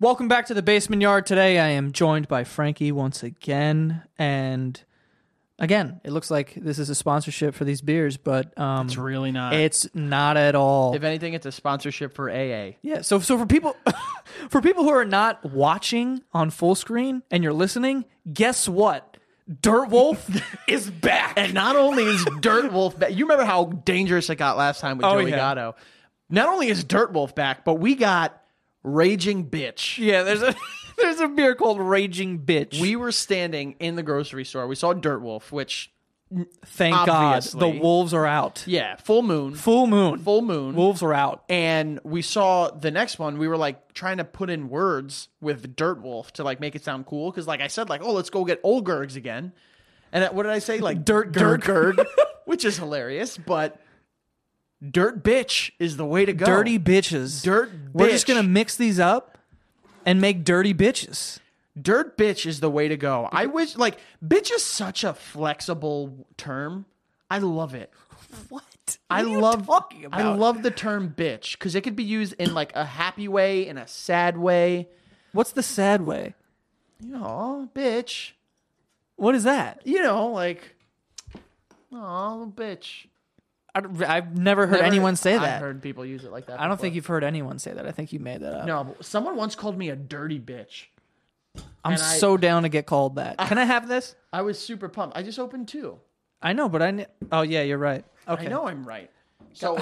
Welcome back to the basement yard. Today I am joined by Frankie once again. And again, it looks like this is a sponsorship for these beers, but um, It's really not. it's not at all. If anything, it's a sponsorship for AA. Yeah. So so for people for people who are not watching on full screen and you're listening, guess what? Dirt Wolf is back. And not only is Dirt Wolf back, you remember how dangerous it got last time with Oh, Joey yeah. Gatto. Not only is Dirt Wolf back, but we got Raging Bitch. yeah, there's a there's a beer called Raging Bitch. We were standing in the grocery store. We saw Dirt Wolf, which, thank obviously- God the wolves are out. yeah, full moon. Full moon. Full moon. Wolves are out. and we saw the next one. We were like trying to put in words with Dirt Wolf to like make it sound cool. Cause like I said, like, oh, let's go get old Gergs again. And uh, what did I say? Like Dirt Gerg. Dirt Gerg, which is hilarious, but Dirt Bitch is the way to go. Dirty bitches. Dirt We're just bitch. gonna mix these up and make dirty bitches. Dirt Bitch is the way to go. I wish, like, bitch is such a flexible term. I love it. What? I love talking about. I love the term bitch because it could be used in like a happy way, in a sad way. What's the sad way? You know, bitch. What is that? you know, like, oh, bitch. I, have never heard Never- anyone say I've that. heard people use it like that. I don't think before. you've heard anyone say that. I think you made that up. No, but someone once called me a dirty bitch. I'm and I- so down to get called that. Can I have this? I was super pumped. I just opened two. I know, but I. ne- Oh yeah, you're right. Okay. I know I'm right. So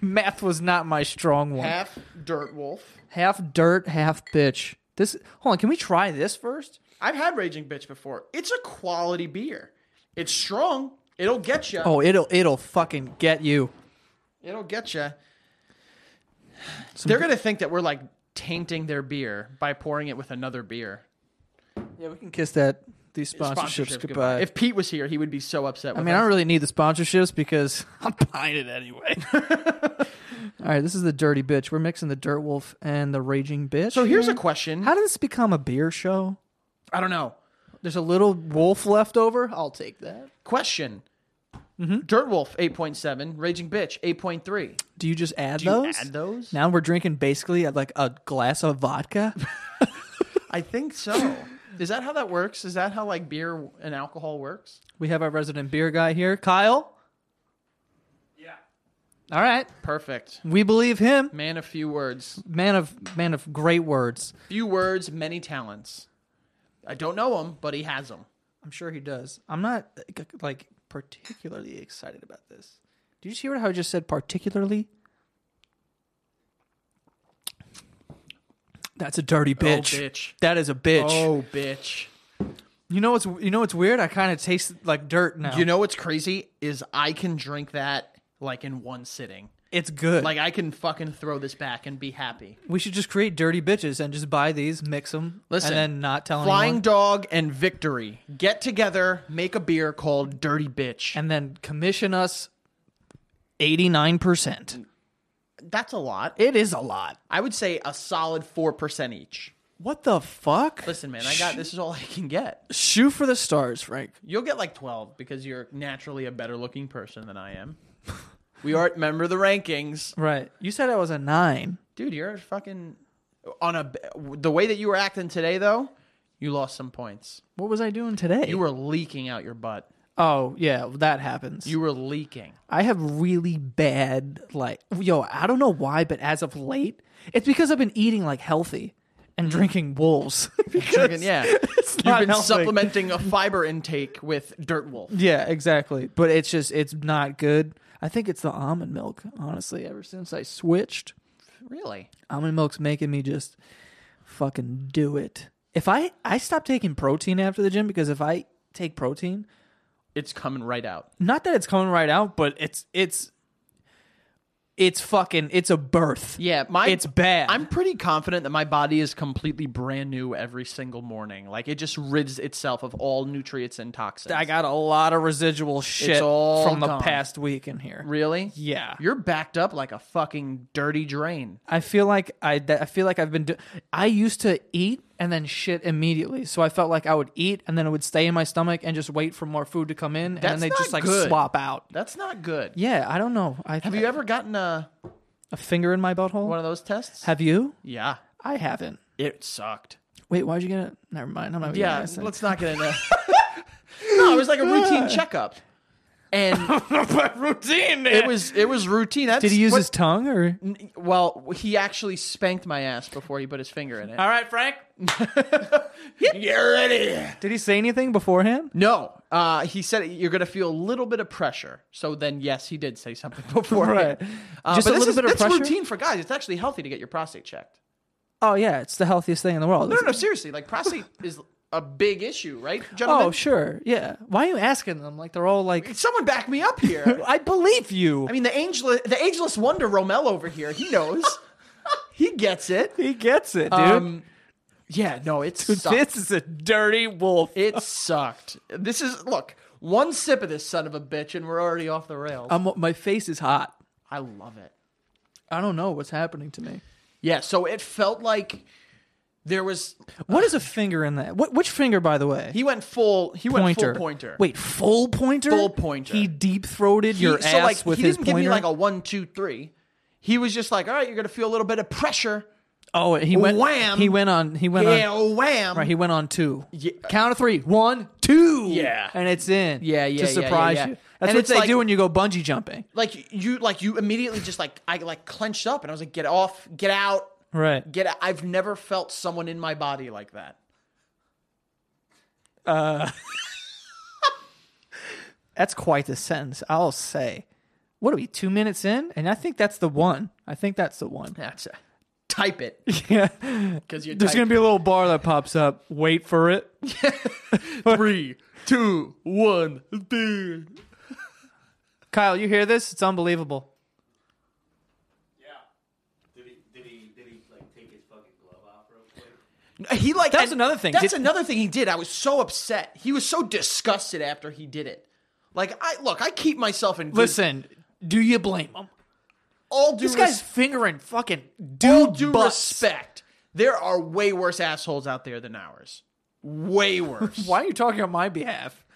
Math was not my strong one. Half, half dirt wolf. dirt, half bitch. This. Hold on. Can we try this first? I've had raging bitch before. It's a quality beer. It's strong. It'll get you. Oh, it'll it'll fucking get you. It'll get you. They're gonna think that we're like tainting their beer by pouring it with another beer. Yeah, we can kiss that. These sponsorships, Sponsorships, goodbye. If Pete was here, he would be so upset. I with mean, us. I don't really need the sponsorships because I'm buying it anyway. All right, this is the dirty bitch. We're mixing the dirt wolf and the raging bitch. So here's here. a question. How did this become a beer show? I don't know. There's a little wolf left over. I'll take that. Question. Mm-hmm. Dirt Wolf 8.7, Raging Bitch 8.3. Do you just add Do you those? add those? Now we're drinking basically uh, like a glass of vodka. I think so. Is that how that works? Is that how like beer and alcohol works? we have our resident beer guy here, Kyle. Yeah. All right. Perfect. We believe him. Man of few words. Man of man of great words. Few words, many talents. I don't know him, but he has them. I'm sure he does. I'm not like particularly excited about this. Did you just hear how I just said particularly? That's a dirty bitch. Oh, bitch. That is a bitch. Oh, bitch. You know what's you know what's weird? I kind of taste like dirt now. You know what's crazy is I can drink that like in one sitting. it's good. Like I can fucking throw this back and be happy. we should just create dirty bitches and just buy these, mix them, Listen, and then not tell Flying anyone, Dog and Victory get together, make a beer called Dirty Bitch. and then commission us eighty nine percent. That's a lot. It is a lot. I would say a solid 4% each. What the fuck? Listen, man, I got this is all I can get. Shoot for the stars, Frank. You'll get like 12 because you're naturally a better looking person than I am. We are remember the rankings. Right. You said I was a nine. Dude, you're a fucking on a the way that you were acting today though, you lost some points. What was I doing today? You were leaking out your butt. oh yeah, that happens. You were leaking. I have really bad like yo, I don't know why, but as of late, it's because I've been eating like healthy and drinking wolves. Mm. Drinking, yeah. It's You've not been helping. supplementing a fiber intake with Dirt Wolf. Yeah, exactly. But it's just it's not good. I think it's the almond milk, honestly. Ever since I switched, Really? almond milk's making me just fucking do it. If I I stopped taking protein after the gym because if I take protein, It's coming right out. not that it's coming right out, but it's it's it's fucking it's a birth. Yeah, my it's bad. I'm pretty confident that my body is completely brand new every single morning. Like it just rids itself of all nutrients and toxins. I got a lot of residual shit all from the gone. past week in here. really. Yeah. You're backed up like a fucking dirty drain. I feel like I that- I feel like I've been do- I used to eat and then shit immediately. So I felt like I would eat and then it would stay in my stomach and just wait for more food to come in That's and then they not just like good. swap out. That's not good. Yeah, I don't know. I Have you ever gotten a a finger in my butthole? one of those tests? Have you? yeah. I haven't. It sucked. Wait, why'd you get it? Never mind. I'm not even Yeah, gonna say. let's not get into. no, it was like a routine checkup, and routine. it was it was routine. That's Did he use what- his tongue or? Well, he actually spanked my ass before he put his finger in it. All right, Frank. Get ready. Did he say anything beforehand? No, uh, he said you're going to feel a little bit of pressure. So then, yes, he did say something before. Right. Uh, Just a but this little is, bit of that's pressure? routine for guys. It's actually healthy to get your prostate checked. Oh yeah, it's the healthiest thing in the world. No, no, no, seriously. Like prostate is a big issue, right, gentlemen? Oh sure, yeah. Why are you asking them? Like they're all like, Someone back me up here. I believe you. I mean, the ageless, the ageless wonder Romel over here. He knows. he gets it. he gets it, dude. Um, yeah, no, it's this is a dirty wolf. It sucked. This is look, one sip of this son of a bitch, and we're already off the rails. I'm, um, my face is hot. I love it. I don't know what's happening to me. Yeah, so it felt like there was What is a finger in that? What, which finger, by the way? he went full he went pointer. full pointer. Wait, full pointer. Full pointer. He deep throated he, your so ass like with he his didn't pointer. give me like a one, two, three. He was just like, all right, you're gonna feel a little bit of pressure. oh, he went. Wham. He went on. He went Yeah, on. wham. Right, he went on two. Yeah. Count of three. One, two. Yeah. And it's in. Yeah, yeah, To yeah, yeah, surprise yeah. you. That's And what it's they like- do when you go bungee jumping. like you like you immediately just like I like clenched up and I was like, get off, get out, Right. get out. I've never felt someone in my body like that. That's quite the sentence, I'll say. What are we, two minutes in? And I think that's the one. I think that's the one. That's a, type it. Yeah. Because you're There's type- going to be a little bar that pops up. Wait for it. three, two, one, two. Kyle, you hear this? It's unbelievable. Yeah. Did he did he did he like take his fucking glove off real quick? He like That's and another thing. That's Did- another thing he did. I was so upset. He was so disgusted after he did it. Like I look, I keep myself in good- Listen, do you blame him? All due This guy's res- fingering fucking all dude due butts. respect. There are way worse assholes out there than ours. Way worse. Why are you talking on my behalf?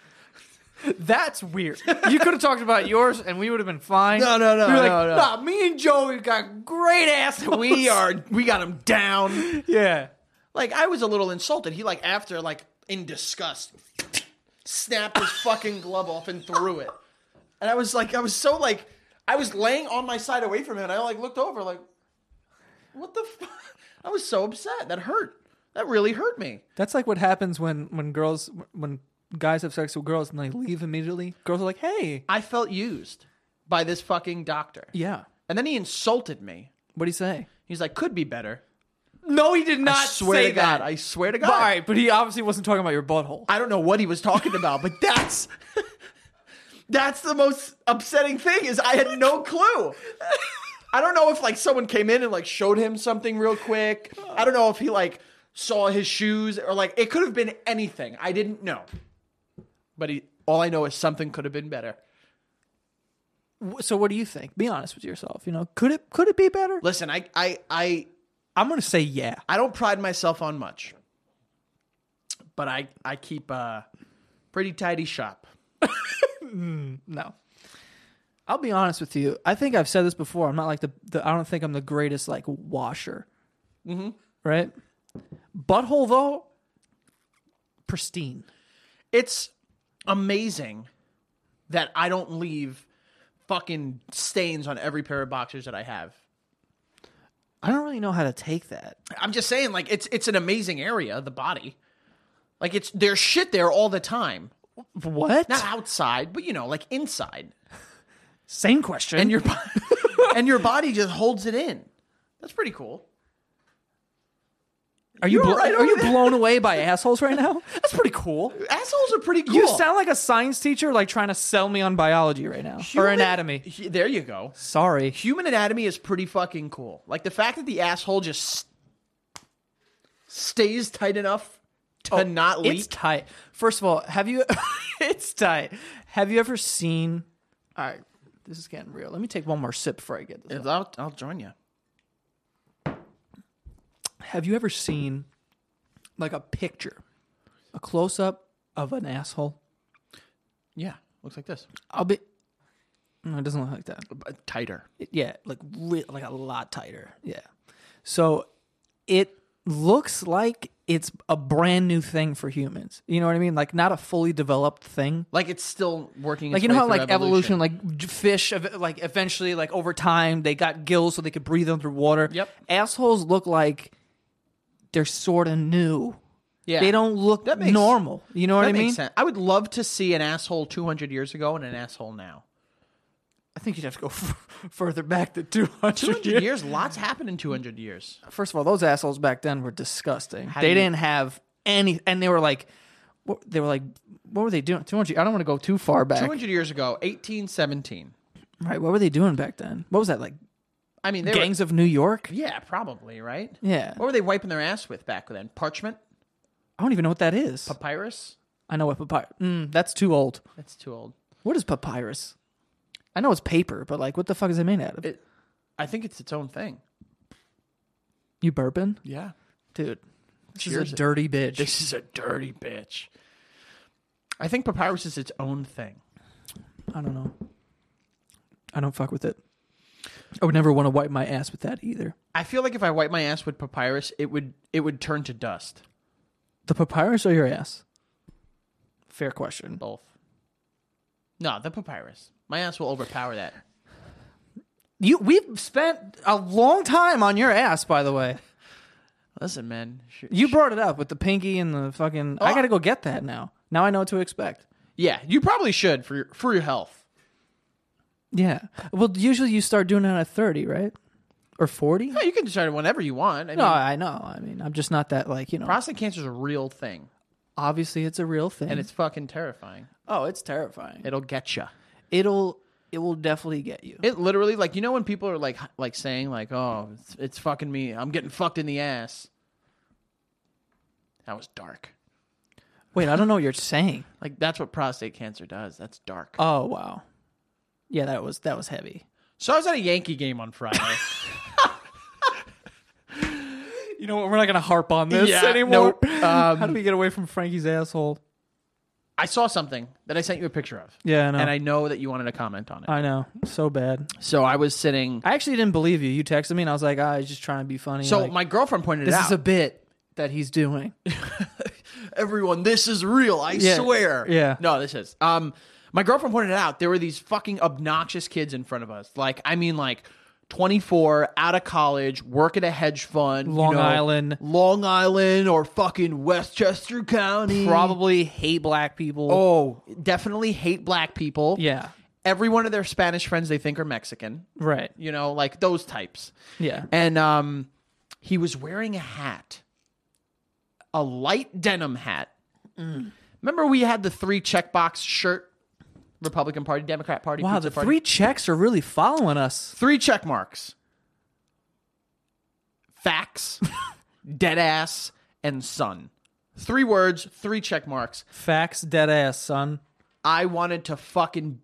That's weird. You could have talked about yours, and we would have been fine. No, no, no, We were like, no, no. Nah, me and Joe, we've got great assholes. We are. We got him down. yeah. Like I was a little insulted. He like after like in disgust snapped his fucking glove off and threw it. And I was like I was so like I was laying on my side away from him and I like looked over like what the fuck? I was so upset. That hurt. That really hurt me. That's like what happens when when girls when guys have sex with girls and they leave immediately. Girls are like, "Hey, I felt used by this fucking doctor. yeah, And then he insulted me. what do you say?" He's like could be better. No, he did not I swear to God. I swear to God. All right, but he obviously wasn't talking about your butthole. I don't know what he was talking about, but that's that's the most upsetting thing is I had no clue. I don't know if like someone came in and like showed him something real quick. I don't know if he like saw his shoes or like it could have been anything. I didn't know. But he, all I know is something could have been better. So, what do you think? Be honest with yourself. You know, could it could it be better? Listen, I I I I'm gonna say yeah. I don't pride myself on much. But I I keep uh pretty tidy shop. No. I'll be honest with you. I think I've said this before. I'm not like the, the I don't think I'm the greatest like washer. Mm-hmm. Right? Butthole though, pristine. it's amazing that I don't leave fucking stains on every pair of boxers that I have. I don't really know how to take that. I'm just saying, like it's it's an amazing area, the body. Like it's there's shit there all the time, What? not outside, but you know, like inside, Same question. and your bo- and your body just holds it in. That's pretty cool. are you you're blo- all right are you over there? blown away by assholes right now? That's pretty cool. Assholes are pretty cool. You sound like a science teacher like trying to sell me on biology right now or Human- anatomy. Hu- There you go. Sorry. Human anatomy is pretty fucking cool. Like the fact that the asshole just s- stays tight enough to not leak. Oh, It's tight. First of all, have you? it's tight. Have you ever seen? All right, this is getting real. Let me take one more sip before I get this. I'll, I'll join you. Have you ever seen, like a picture, a close up of an asshole? Yeah, looks like this. I'll be. No, it doesn't look like that. But tighter. It- yeah, like re- like a lot tighter. Yeah. So it looks like it's a brand new thing for humans. You know what I mean? Like not a fully developed thing. Like it's still working. Like its you know how way through like evolution, like j- fish, ev- like eventually, like over time, they got gills so they could breathe underwater. Yep. Assholes look like they're sort of new. yeah, They don't look That makes- normal. You know what That I makes mean? sense. I would love to see an asshole 200 years ago and an asshole now. I think you'd have to go further back than two hundred 200 years, lots happened in 200 years. first of all, those assholes back then were disgusting. do they you- didn't have any, and they were like, what, they were like, what were they doing? 200, I don't want to go too far back. 200 years ago, 1817. Right? What were they doing back then? What was that like? I mean, they were- gangs of New York? yeah, probably right. Yeah, What were they wiping their ass with back then? Parchment, I don't even know what that is. papyrus. I know what papyrus. Mm, that's too old. That's too old. What is papyrus? I know it's paper, but like, what the fuck is it made out of? It- I think it's its own thing. you burping, Yeah, dude? This Cheers. is a dirty bitch. this is a dirty bitch. I think papyrus is its own thing. I don't know. I don't fuck with it. I would never want to wipe my ass with that either. I feel like if I wipe my ass with papyrus, it would it would turn to dust. The papyrus or your ass? Fair question. Both. No, the papyrus. My ass will overpower that. You we've spent a long time on your ass, by the way. Listen, man. sh- You brought it up with the pinky and the fucking Oh, I gotta go get that now. Now I know what to expect. Yeah, you probably should for your, for your health. Yeah. Well usually you start doing it at thirty, right? Or forty? No, you can decide whenever you want. I mean, No, I know. I mean I'm just not that like, you know prostate cancer is a real thing, obviously it's a real thing. and it's fucking terrifying. oh, it's terrifying. It'll get you. It'll it will definitely get you. It literally, like, you know, when people are like, like saying, like, "Oh, it's, it's fucking me. I'm getting fucked in the ass." That was dark. Wait, I don't know what you're saying. Like, that's what prostate cancer does. That's dark. Oh wow. Yeah, that was that was heavy. so I was at a Yankee game on Friday. You know what? We're not gonna harp on this Yeah, anymore. nope. Um, How do we get away from Frankie's asshole? I saw something that I sent you a picture of, Yeah, I know. and I know that you wanted to comment on it. I know, so bad. so I was sitting. I actually didn't believe you. You texted me, and I was like, "Ah, he's just trying to be funny." So like, my girlfriend pointed this it out. is a bit that he's doing. everyone, this is real. I Yeah. swear. Yeah. No, this is. Um, my girlfriend pointed it out. There were these fucking obnoxious kids in front of us. Like, I mean, like. 24 out of college work at a hedge fund you Long know, Island. long island or fucking westchester county Probably hate black people. oh definitely hate black people yeah, every one of their spanish friends they think are mexican right. you know like those types Yeah, and um, he was wearing a hat, a light denim hat. Remember, we had the three checkbox shirt: Republican Party, Democrat Party, wow. Pizza The Party. three checks are really following us. three check marks. Facts, dead ass, and sun. Three words, three check marks. Facts, dead ass, son. I wanted to fucking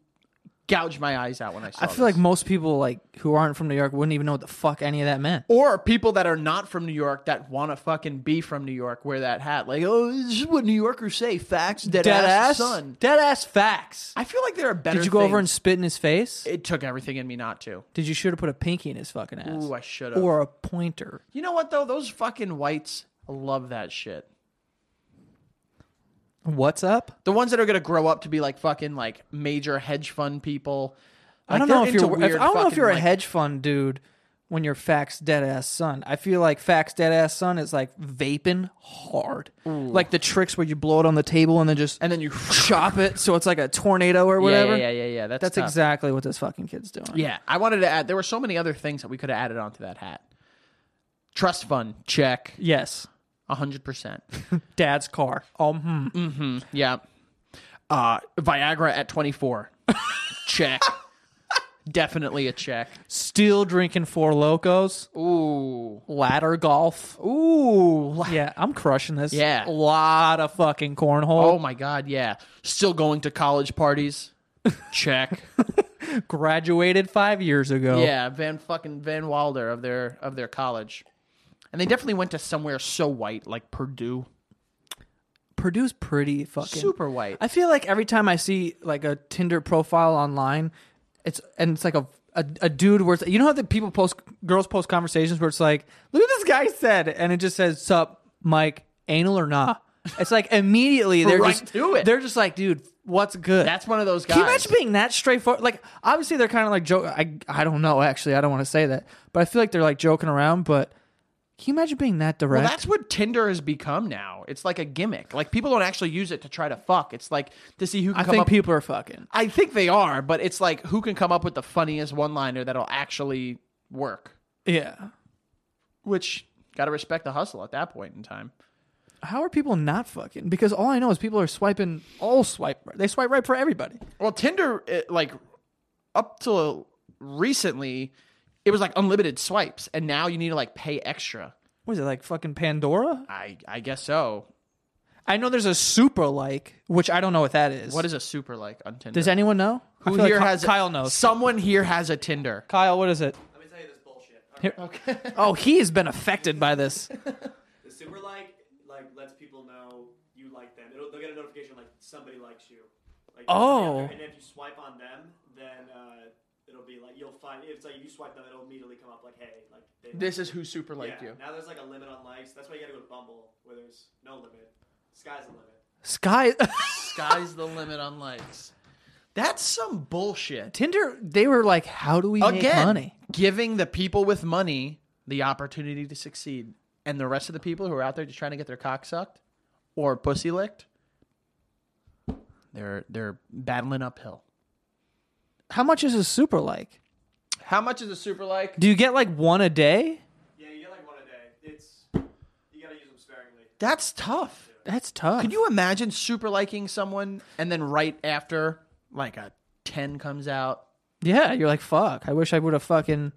gouge my eyes out when I saw. I feel like most people like who aren't from New York wouldn't even know what the fuck any of that meant. or people that are not from New York that want to fucking be from New York wear that hat. Like, oh, this is what New Yorkers say: facts, dead, ass, son. dead ass facts. I feel like there are better. Did you go over and things. spit in his face? It took everything in me not to. Did you should have put a pinky in his fucking ass? Ooh, I should have. or a pointer. You know what though? Those fucking whites love that shit. What's up? The ones that are gonna grow up to be like fucking like major hedge fund people. I Like, don't know they're if you're. into if- weird I don't know if fucking, you're a like- hedge fund dude when you're facts dead ass son. I feel like facts dead ass son is like vaping hard, like the tricks where you blow it on the table and then just and then you chop it so it's like a tornado or Yeah, whatever. Yeah, yeah, yeah, yeah. That's, That's tough. exactly what this fucking kid's doing. Yeah, I wanted to add. There were so many other things that we could have added onto that hat. Trust fund check, Yes, hundred percent. dad's car. Oh, hmm. Yeah. Uh, Viagra at 24. check. Definitely a check. still drinking four locos. Ooh. Ladder golf. Ooh. Yeah, I'm crushing this. Yeah. a lot of fucking cornhole. Oh my God. Yeah. Still going to college parties. Check. Graduated five years ago. yeah. Van fucking Van Wilder of their of their college. And they definitely went to somewhere so white like Purdue. Purdue's pretty fucking Super white. I feel like every time I see like a Tinder profile online, it's and it's like a a, a dude where it's, you know how the people post girls post conversations where it's like, look at this guy said, and it just says, "Sup, Mike, anal or nah?" It's like immediately they're Right just to it. they're just like, dude, what's good? That's one of those guys. Can you imagine being that straightforward? Like, obviously, they're kind of like joke. I I don't know. Actually, I don't want to say that, but I feel like they're like joking around. But can you imagine being that direct? Well, that's what Tinder has become now. It's like a gimmick. Like people don't actually use it to try to fuck. It's like to see who can I come think up. people are fucking. I think they are, but it's like who can come up with the funniest one-liner that'll actually work. Yeah. Which gotta respect the hustle at that point in time. How are people not fucking? Because all I know is people are swiping all swipe. right. They swipe right for everybody. Well, Tinder, it, like up till recently, it was like unlimited swipes, and now you need to like pay extra. What is it like fucking Pandora? I I guess so. I know there's a super like, which I don't know what that is. What is a super like on Tinder? Does anyone know? I who feel like here Ky- has Kyle knows. Someone here has a Tinder. Kyle, what is it? Let me tell you this bullshit. All Here- right. Oh, he has been affected by this. The super like like lets people know you like them. It'll, they'll get a notification like somebody likes you. Like, Oh. And if you swipe on them, then uh, it'll be like you'll find if it's like you swipe them, it'll immediately come up like hey like they like This is who super you. liked yeah. you. Now there's like a limit on likes. That's why you gotta go to Bumble where there's no limit. Sky's the limit. Sky Sky's the limit on likes. That's some bullshit. Tinder. They were like, "How do we make Again, money?" giving the people with money the opportunity to succeed, and the rest of the people who are out there just trying to get their cock sucked or pussy licked, they're they're battling uphill. How much is a super like? How much is a super like? Do you get like one a day? Yeah, you get like one a day. It's you gotta use them sparingly. That's tough. That's tough. Could you imagine super liking someone and then right after like a ten comes out? Yeah, you're like, fuck. I wish I would have fucking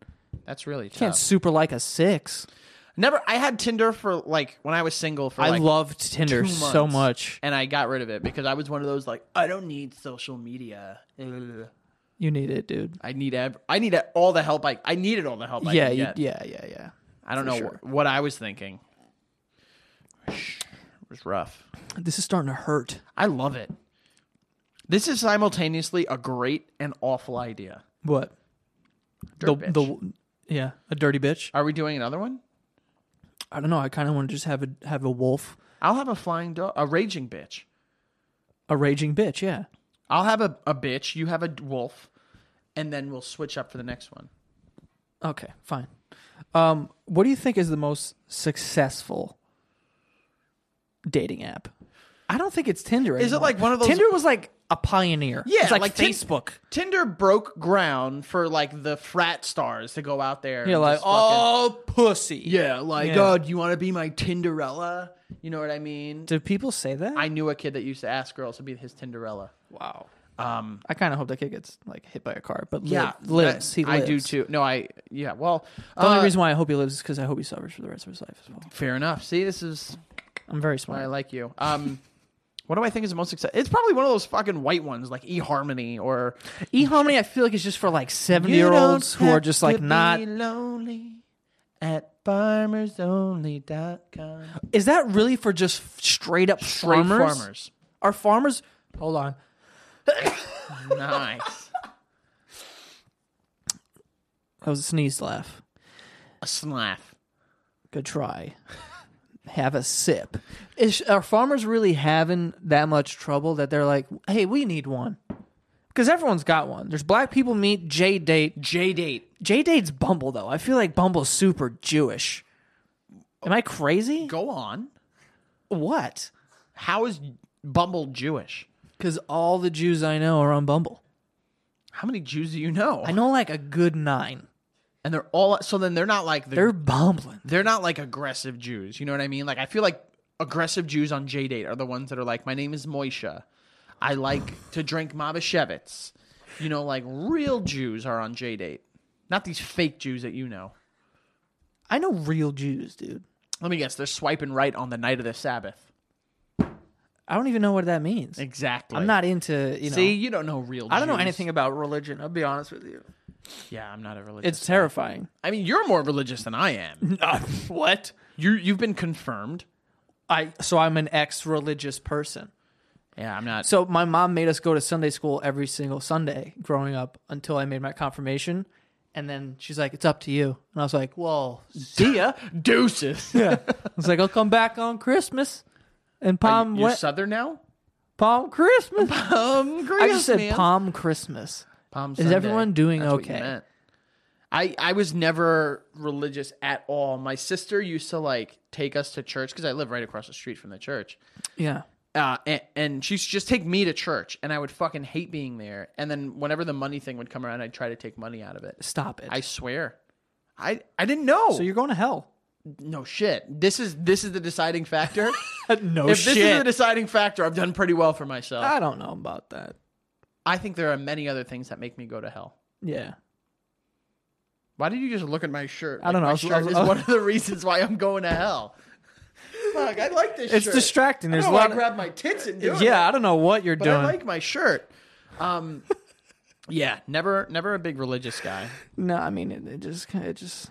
That's really tough. can't super like a six. Never. I had Tinder for like when I was single for I like loved Tinder two so months. much. and I got rid of it because I was one of those like I don't need social media. Ugh. You need it, dude. I need ev- I need all the help I I needed all the help. I yeah, could you, get. yeah, yeah, yeah. I don't for know sure. wh- what I was thinking. It was rough. This is starting to hurt. I love it. This is simultaneously a great and awful idea. What? Dirt the bitch. the yeah, a dirty bitch. Are we doing another one? I don't know. I kind of want to just have a have a wolf, I'll have a flying dog, a raging bitch. a raging bitch. Yeah. I'll have a, a bitch. You have a wolf, and then we'll switch up for the next one. Okay, fine. Um, what do you think is the most successful dating app? I don't think it's Tinder. Is it anymore. like one of those- Tinder was like a pioneer. Yeah, it's like, like Tin- Facebook. Tinder broke ground for like the frat stars to go out there. You're and like, just fucking- oh, pussy. yeah, like, Yeah. oh, do you want to be my Tinderella? You know what I mean? Do people say that? I knew a kid that used to ask girls to be his Tinderella. wow. Um, I kind of hope that kid gets like hit by a car, but yeah, yeah, lives. I, he lives. I do too. No, I yeah. Well, The only uh, reason why I hope he lives is because I hope he suffers for the rest of his life as well. fair enough. See, this is I'm very why I smart. like you. Um, what do I think is the most successful? It's probably one of those fucking white ones, like eHarmony or eHarmony, E I feel like it's just for like 70 year olds who are just like not. lonely at farmersonly.com. Is that really for just straight up farmers? farmers. Are farmers? Hold on. nice. That was a sneeze laugh. A slaff. Good try. Have a sip. Is, are farmers really having that much trouble that they're like, hey, we need one? Because everyone's got one. There's Black People Meet, J Date. J date. J Date's Bumble, though. I feel like Bumble's super Jewish. Am I crazy? Go on. What? How is Bumble Jewish? Because all the Jews I know are on Bumble. How many Jews do you know? I know like a good nine. And they're all so then they're not like the, They're they're bumbling. not like aggressive Jews. You know what I mean? Like I feel like aggressive Jews on J date are the ones that are like, my name is Moisha. I like to drink Mabashevitz. You know, like real Jews are on J date, not these fake Jews that you know. I know real Jews, dude. Let me guess, they're swiping right on the night of the Sabbath. I don't even know what that means. Exactly. I'm not into, you know. See, you don't know real. I don't know Jews. anything about religion. I'll be honest with you. Yeah, I'm not a religious. It's terrifying. I mean, you're more religious than I am. what? You you've been confirmed. I so I'm an ex-religious person. Yeah, I'm not. So my mom made us go to Sunday school every single Sunday growing up until I made my confirmation, And then she's like, "It's up to you." And I was like, "Well, See ya. Deuces. yeah." I was like, "I'll come back on Christmas." And Are Palm you, you went Southern now? Palm Christmas. Um, I just said Palm Christmas. Palm Is everyone doing That's what you okay? meant. I I was never religious at all. My sister used to like take us to church because I live right across the street from the church, Yeah. uh, and, and she used to just take me to church, and I would fucking hate being there. And then whenever the money thing would come around, I'd try to take money out of it. Stop it. I swear, I I didn't know. so you're going to hell. no shit. This is this is the deciding factor. no if this is the deciding factor, I've done pretty well for myself. I don't know about that. I think there are many other things that make me go to hell. Yeah. Why did you just look at my shirt? I don't know. My I was- shirt I was- is I was- one of the reasons why I'm going to hell. Fuck, I like this It's shirt. distracting. I There's don't a know why I lot. of- grab my tits and do it. yeah, I don't know what you're but doing. I like my shirt. Um, yeah, never, never a big religious guy. No, I mean it, it just kind of just.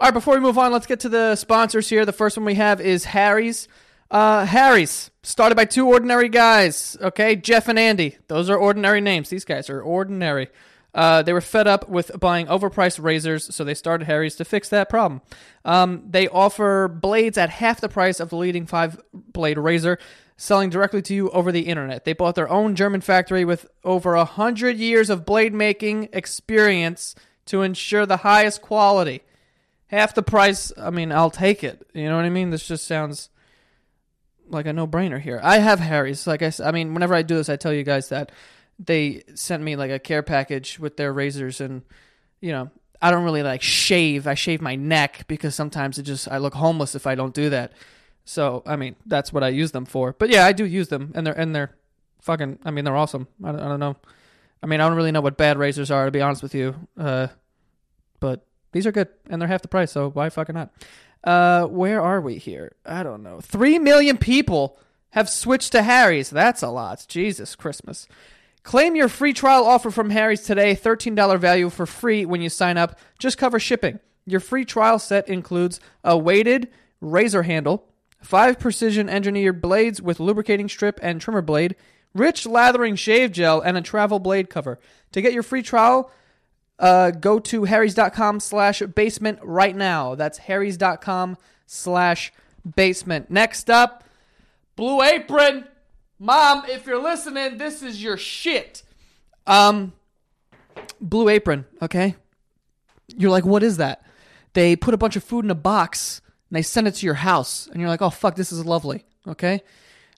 All right, before we move on, let's get to the sponsors here. The first one we have is Harry's. Uh, Harry's started by two ordinary guys. Okay, Jeff and Andy. Those are ordinary names. These guys are ordinary. Uh, they were fed up with buying overpriced razors, so they started Harry's to fix that problem. Um, they offer blades at half the price of the leading five blade razor, selling directly to you over the internet. They bought their own German factory with over a hundred years of blade making experience to ensure the highest quality. Half the price, I mean, I'll take it. You know what I mean? This just sounds like a no-brainer here. I have Harry's. Like I, s- I mean, whenever I do this, I tell you guys that they sent me like a care package with their razors, and you know, I don't really like shave. I shave my neck because sometimes it just I look homeless if I don't do that. So I mean, that's what I use them for. But yeah, I do use them, and they're and they're fucking. I mean, they're awesome. I don't, I don't know. I mean, I don't really know what bad razors are to be honest with you. Uh, but these are good and they're half the price, so why fucking not? Uh, where are we here? I don't know. Three million people have switched to Harry's. That's a lot. Jesus Christmas. Claim your free trial offer from Harry's today. $13 value for free when you sign up. Just cover shipping. Your free trial set includes a weighted razor handle, five precision engineered blades with lubricating strip and trimmer blade, rich lathering shave gel, and a travel blade cover. To get your free trial, uh, go to harrys.com slash basement right now. That's harrys.com slash basement. Next up, Blue Apron. Mom, if you're listening, this is your shit. Um, Blue Apron, okay? You're like, what is that? They put a bunch of food in a box and they send it to your house. And you're like, oh, fuck, this is lovely, okay?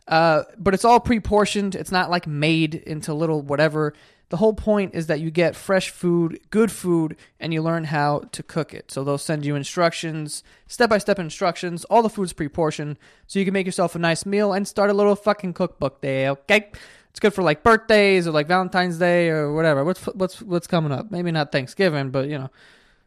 Uh, but it's all pre-portioned. It's not like made into little whatever. The whole point is that you get fresh food, good food, and you learn how to cook it. So they'll send you instructions, step-by-step instructions. All the food's pre-portioned, so you can make yourself a nice meal and start a little fucking cookbook day. Okay, it's good for like birthdays or like Valentine's Day or whatever. What's what's what's coming up? Maybe not Thanksgiving, but you know,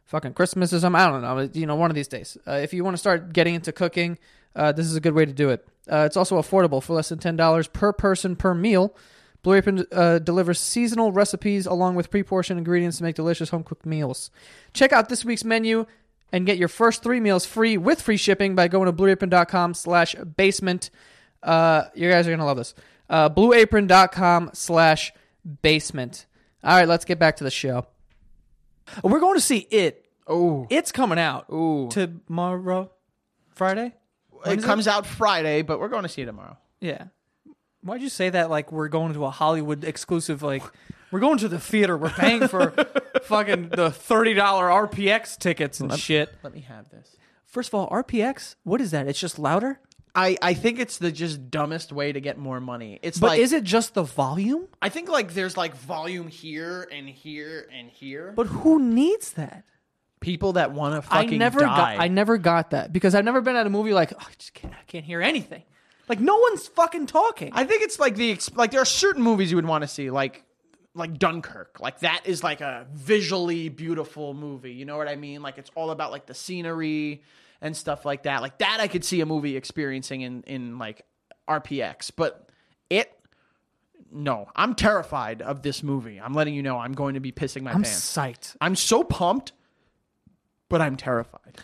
fucking Christmas or something. I don't know. You know, one of these days. Uh, if you want to start getting into cooking, uh, this is a good way to do it. Uh, it's also affordable for less than ten dollars per person per meal. Blue Apron uh, delivers seasonal recipes along with pre-portioned ingredients to make delicious home-cooked meals. Check out this week's menu and get your first three meals free with free shipping by going to blueapron.com slash basement. Uh, you guys are going to love this. Uh, blueapron.com slash basement. All right, let's get back to the show. We're going to see it. Oh, It's coming out ooh. tomorrow, Friday. It comes out Friday, but we're going to see it tomorrow. Yeah. Why'd you say that? Like we're going to a Hollywood exclusive. Like we're going to the theater. We're paying for fucking the thirty dollar RPX tickets and shit. Let me have this. First of all, RPX. What is that? It's just louder. I, I think it's the just dumbest way to get more money. It's But like is it just the volume? I think like there's like volume here and here and here. But who needs that? people that want to I fucking never die. got. I never got that because I've never been at a movie like "Oh, I just can't, I can't hear anything. Like no one's fucking talking. I think it's like the ex- like there are certain movies you would want to see like like Dunkirk. Like that is like a visually beautiful movie. You know what I mean? Like it's all about like the scenery and stuff like that. Like that I could see a movie experiencing in in like RPX, but it no, I'm terrified of this movie. I'm letting you know I'm going to be pissing my I'm pants. psyched. I'm so pumped, but I'm terrified.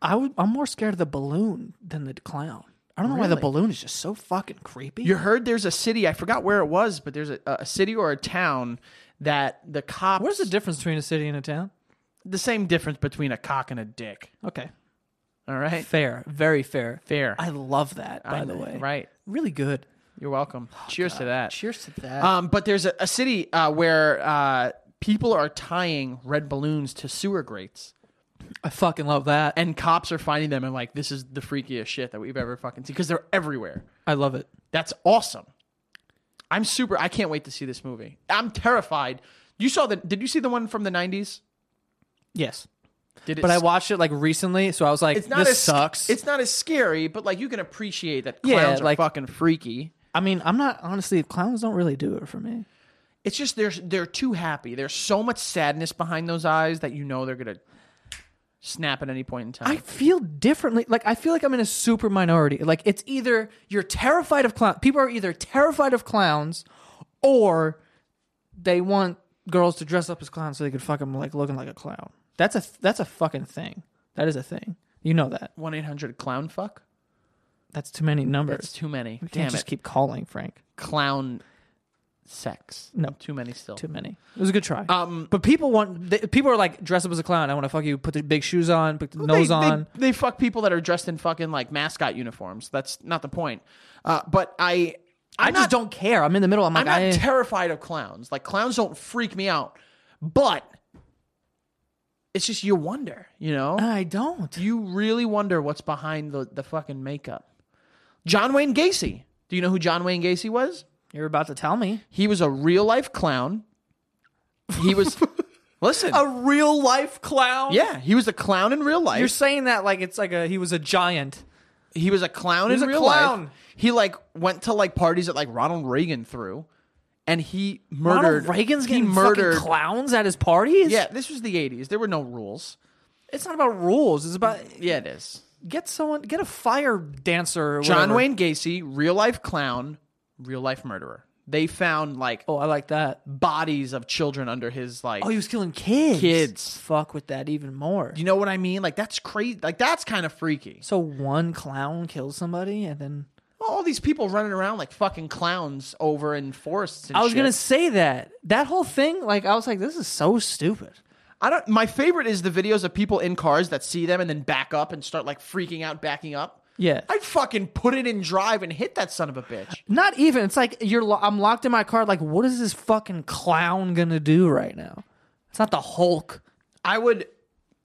I would, I'm more scared of the balloon than the clown. I don't know why the balloon is just so fucking creepy. You heard there's a city, I forgot where it was, but there's a, a city or a town that the cops Where's the difference between a city and a town? the same difference between a cock and a dick. Okay. All right, Fair. Very fair. fair. I love that, by I the know, way. Oh, right? Really good. You're welcome. Cheers to that. Cheers to that. Um, but there's a, a city uh, where uh, people are tying red balloons to sewer grates, I fucking love that. and cops are finding them and like, this is the freakiest shit that we've ever fucking seen because they're everywhere. I love it. That's awesome. I'm super. I can't wait to see this movie. I'm terrified. You saw the? Did you see the one from the '90s? Yes. Did it? But I s- watched it like recently, so I was like, it's not this as sucks. It's not as scary, but like you can appreciate that Yeah, clowns like- are fucking freaky. I mean, I'm not honestly clowns don't really do it for me. It's just they're they're too happy. There's so much sadness behind those eyes that you know they're gonna snap at any point in time. I feel differently. Like I feel like I'm in a super minority. Like it's either you're terrified of clowns. People are either terrified of clowns, or they want girls to dress up as clowns so they could fuck them like looking like a clown. That's a that's a fucking thing. That is a thing. You know that. one eight hundred clown fuck. That's too many numbers. That's too many. we can't Damn it, just keep calling Frank. clown sex. No. too many still. Too many. It was a good try. Um, but people want they, people are like dress up as a clown. I want to fuck you. Put the big shoes on. Put the They- nose they, on. They, fuck people that are dressed in fucking like mascot uniforms. That's not the point. Uh, but I, I'm I just not, don't care. I'm in the middle. I'm like I'm not I- terrified of clowns. Like clowns don't freak me out. But it's just you wonder, you know. I don't. you really wonder what's behind the, the fucking makeup. John Wayne Gacy. Do you know who John Wayne Gacy was? You're about to tell me. He was a real life clown. He was listen. real life clown? yeah, he was a clown in real life. You're saying that like it's like a he was a giant. he was a clown was in a real clown. life. He like went to like parties that like Ronald Reagan threw, and he murdered. Ronald Reagan's he getting murdered. fucking clowns at his parties? Yeah, this was the '80s. There were no rules. It's not about rules. It's about Yeah, it is. get someone get a fire dancer or John whatever. Wayne Gacy, real life clown, real life murderer. They found like Oh, I like that. bodies of children under his like. Oh, he was killing kids. Kids. Fuck with that even more. you know what I mean? Like that's crazy. Like that's kind of freaky. So one clown kills somebody and then All these people running around like fucking clowns over in forests. And I was shit. gonna say that. That whole thing, like I was like, this is so stupid. I don't. My favorite is the videos of people in cars that see them and then back up and start like freaking out, backing up. Yeah. I'd fucking put it in drive and hit that son of a bitch. Not even. It's like you're. Lo- I'm locked in my car. Like, what is this fucking clown gonna do right now? It's not the Hulk. I would.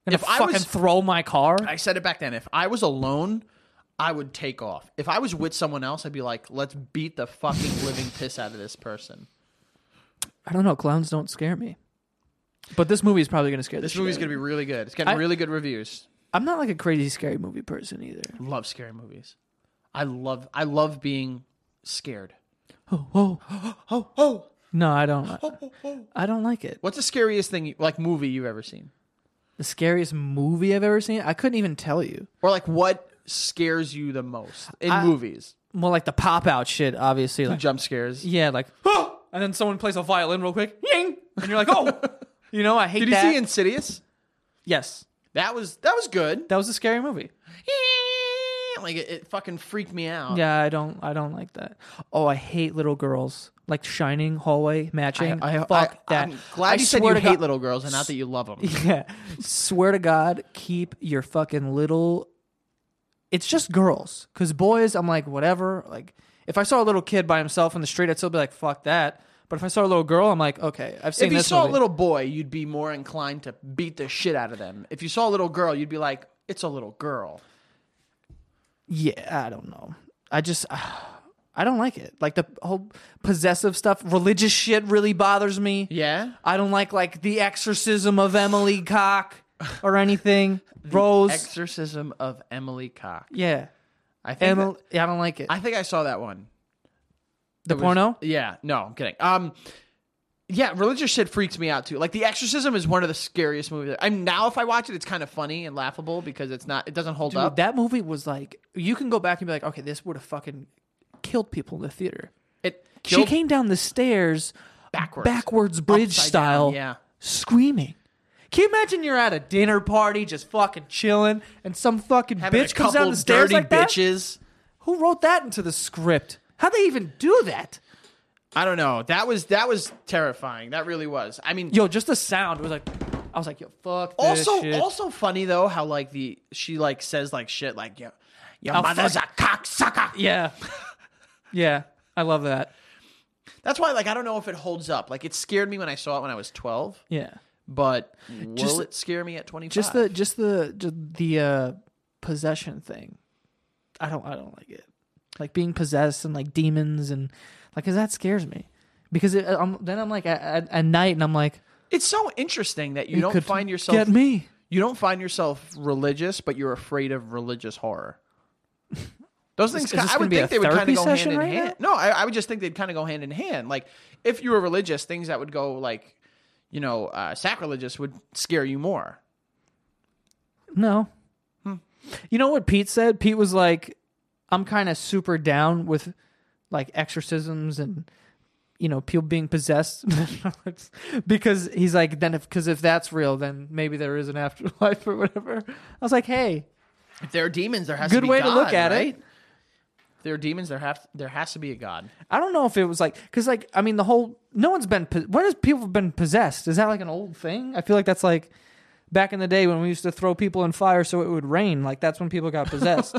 Gonna If I fucking was- throw my car. I said it back then. If I was alone, I would take off. If I was with someone else, I'd be like, let's beat the fucking living piss out of this person. I don't know. Clowns don't scare me. But this movie is probably gonna scare This movie's gonna be really good. It's getting I- really good reviews. I'm not like a crazy scary movie person either. Love scary movies. I love. I love being scared. Oh, whoa. Oh oh. No, I don't. I don't like it. What's the scariest thing, you, like movie you've ever seen, The scariest movie I've ever seen. I couldn't even tell you. or like what scares you the most in I- movies? Well, like the pop out shit, obviously. Like, Jump scares. yeah, like. And then someone plays a violin real quick. Ying. And you're like, oh. you know, I hate Did you that. see Insidious? yes, That was that was good. that was a scary movie. Like it, it fucking freaked me out. Yeah, I don't I don't like that. Oh, I hate little girls. Like shining hallway matching. I, I, Fuck I- that. I'm glad I you said swear to you hate God- little girls and not that you love them. Yeah. Swear to God, keep your fucking little It's just girls. Cause boys, I'm like, whatever. Like if I saw a little kid by himself in the street, I'd still be like, fuck that. But if I saw a little girl, I'm like, okay, I've seen If you this saw movie. a little boy, you'd be more inclined to beat the shit out of them. If you saw a little girl, you'd be like, "It's a little girl." Yeah, I don't know. I just I don't like it. Like the whole possessive stuff, religious shit really bothers me. Yeah. I don't like like the exorcism of Emily Cock or anything. Rose. Exorcism of Emily Cock. yeah. I think Emily, yeah, I don't like it. I think I saw that one. the It was- porno? Yeah, no, I'm kidding. Um, yeah, religious shit freaks me out too. Like The Exorcism is one of the scariest movies. I'm now if I watch it, it's kind of funny and laughable because it's not, it doesn't hold Dude, up. that movie was like, you can go back and be like, okay, this would have fucking killed people in the theater. it killed she came down the stairs backwards, backwards bridge upside style, down, yeah, screaming. Can you imagine you're at a dinner party just fucking chilling and some fucking Having bitch a comes down couple the stairs dirty like that? bitches. Who wrote that into the script? How'd they even do that? I don't know. That was that was terrifying. That really was. I mean, Yo, just the sound was like, I was like, yo, fuck. This Also, shit. also funny though how like the she like says like shit like yo, your Oh, mother's a cocksucker. yeah, yeah, I love that. That's why like I don't know if it holds up. Like it scared me when I saw it when I was twelve, Yeah, but will Just- it scare me at twenty five? just the just the just the uh, possession thing. I don't I don't like it. Like being possessed and like demons and like, cause that scares me. Because it, I'm, then I'm like at, at, at night and I'm like, it's so interesting that you, it don't could find yourself get me. you don't find yourself religious, but you're afraid of religious horror. Those things, is ki- this I gonna would be think a they would kind therapy of go hand session in right hand. No, I, I would just think they'd kind of go hand in hand. Like if you were religious, things that would go like, you know, uh, sacrilegious would scare you more. No. You know what Pete said? Pete was like, I'm kind of super down with like exorcisms and you know people being possessed because he's like then if because if that's real then maybe there is an afterlife or whatever i was like hey If there are demons, there has to good be way to look God, at right? it If there are demons, there have there has to be a god. i don't know if it was like because like i mean the whole no one's been po- when has people been possessed is that like an old thing i feel like that's like back in the day when we used to throw people in fire so it would rain like that's when people got possessed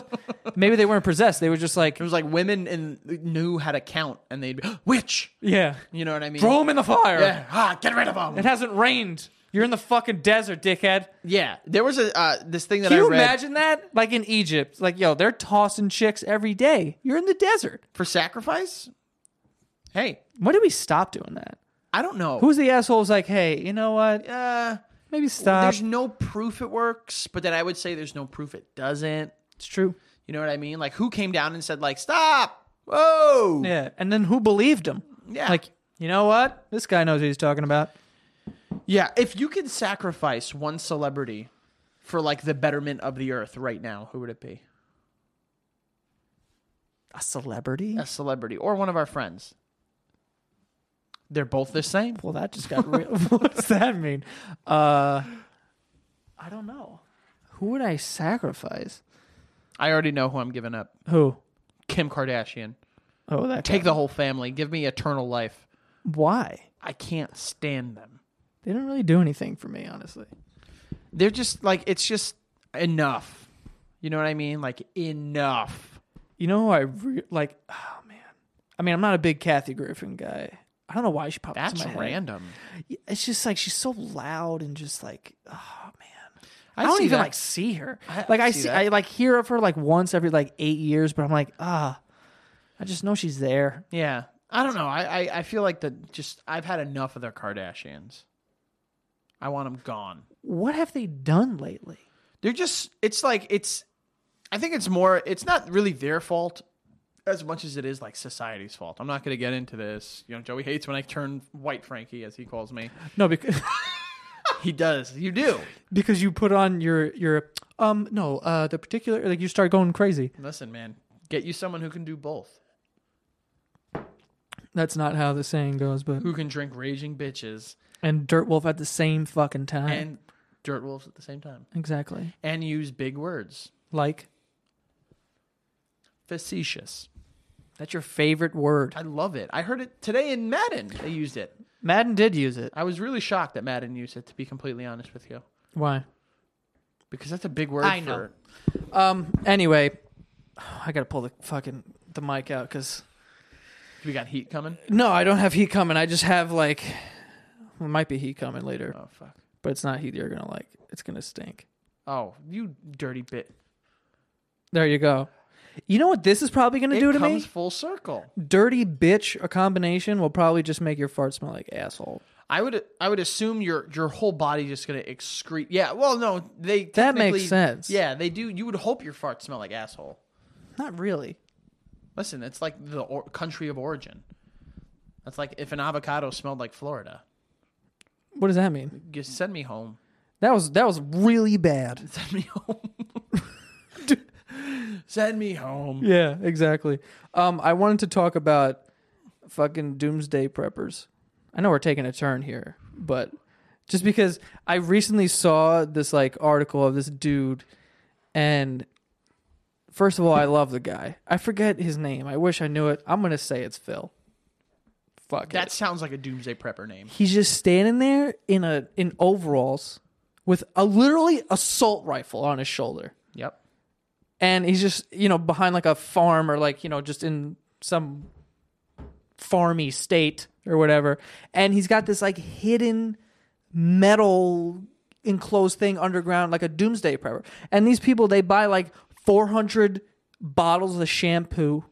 maybe they weren't possessed they were just like It was like women and knew how to count, and they'd be, witch. Yeah. You know what I mean? Throw him in the fire. yeah, ah, get rid of them. It hasn't rained. You're in the fucking desert, dickhead. Yeah, there was a uh, this thing that Can I you read imagine that? Like in Egypt. Like, yo, they're tossing chicks every day. You're in the desert. for sacrifice. Hey, Why did we stop doing that? I don't know. Who's the asshole who's like, hey, you know what? uh, Maybe stop. there's no proof it works, but then I would say there's no proof it doesn't. it's true. You know what I mean? Like who came down and said like stop? Whoa! Yeah. And then who believed him? Yeah. Like, you know what? This guy knows what he's talking about. Yeah, if you could sacrifice one celebrity for like the betterment of the earth right now, who would it be? A celebrity? A celebrity or one of our friends? They're both the same. Well, that just got real. what does that mean? Uh, I don't know. Who would I sacrifice? I already know who I'm giving up. Who? Kim Kardashian. Oh, that Take the whole family. Give me eternal life. Why? I can't stand them. They didn't really do anything for me, honestly. They're just like it's just enough. You know what I mean? Like enough. You know, who I re- like. Oh man, I mean, I'm not a big Kathy Griffin guy. I don't know why she popped That's into my head. random. It's just like she's so loud and just like, oh man, I, I don't see even that. like see her. I- like I see see, that. I like hear of her like once every like eight years, but I'm like, ah, I just know she's there. Yeah. I don't know. I, I, I feel like the just I've had enough of the Kardashians. I want them gone. What have they done lately? They're just it's like it's I think it's more it's not really their fault as much as it is like society's fault. I'm not gonna get into this. You know, Joey hates when I turn white Frankie as he calls me. No, because He does. You do. because you put on your your um no uh the particular like you start going crazy. Listen, man, get you someone who can do both. That's not how the saying goes, but Who can drink raging bitches and Dirt Wolf at the same fucking time. and dirt wolves at the same time. exactly. And use big words. Like Facetious. that's your favorite word. I love it. I heard it today in Madden. They used it. Madden did use it. I was really shocked that Madden used it, to be completely honest with you. Why? Because that's a big word I for know. Um. Anyway, I gotta pull the fucking the mic out because we got heat coming. no, I don't have heat coming. I just have like well, it might be heat coming later, Oh fuck. but it's not heat you're gonna like. It's gonna stink. Oh, you dirty bit. There you go. You know what this is probably gonna do it to comes me? full circle. Dirty bitch. A combination will probably just make your fart smell like asshole. I would I would assume your your whole body just gonna excrete. Yeah, well no, they That makes technically- sense. Yeah, they do. You would hope your farts smell like asshole. Not really. Listen, it's like the or- country of origin. That's like if an avocado smelled like Florida, What does that mean? just send me home. That was that was really bad. Send me home. send me home. Yeah, exactly. Um, I wanted to talk about fucking doomsday preppers. I know we're taking a turn here, but just because I recently saw this like article of this dude, and first of all, I love the guy. I forget his name. I wish I knew it. I'm gonna say it's Phil. Fuck it That sounds like a doomsday prepper name. he's just standing there in a in overalls with a literally assault rifle on his shoulder. Yep. and he's just you know behind like a farm or like you know just in some farmy state or whatever and he's got this like hidden metal enclosed thing underground like a doomsday prepper and these people they buy like 400 bottles of shampoo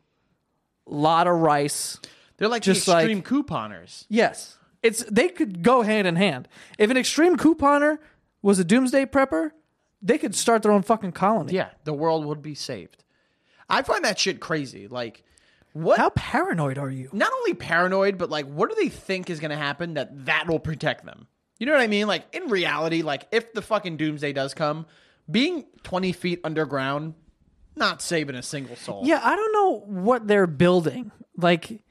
lot of rice They're like Just the like- extreme couponers. yes it's they could go hand in hand if an extreme couponer was a doomsday prepper they could start their own fucking colony Yeah, the world would be saved. I find that shit crazy. Like, what? how paranoid are you not only paranoid, but like, what do they think is going to happen that that will protect them? You know what I mean? Like, in reality, like, if the fucking doomsday does come, being 20 feet underground, not saving a single soul. Yeah, I don't know what they're building. Like,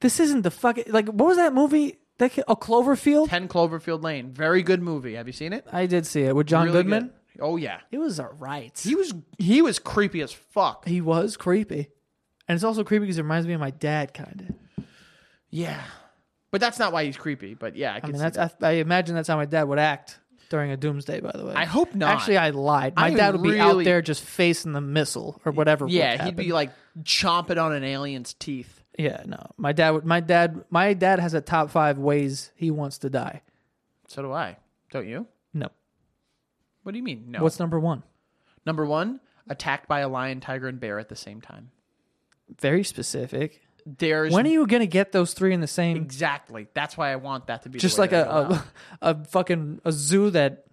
this isn't the fucking like. What was that movie? That ca- a Cloverfield. 10 Cloverfield Lane. Very good movie. Have you seen it? I did see it with John Really Goodman. good. Oh, yeah. It was alright. He was he was creepy as fuck. He was creepy, and it's also creepy because it reminds me of my dad, kind of. Yeah. But that's not why he's creepy. But yeah, I I can mean, see that's that. I, I imagine that's how my dad would act during a doomsday. By the way, I hope not. Actually, I lied. My I dad would be out really- there just facing the missile or whatever. Yeah, would he'd happen. be like chomping on an alien's teeth. yeah, no. My dad would. My dad. My dad has a top five ways he wants to die. So do I. Don't you? No. What do you mean? No. What's number one? number one? Attacked by a lion, tiger, and bear at the same time. Very specific. There's When are you gonna get those three in the same? exactly. That's why I want that to be the Just way like that a I go out. a, a fucking a zoo that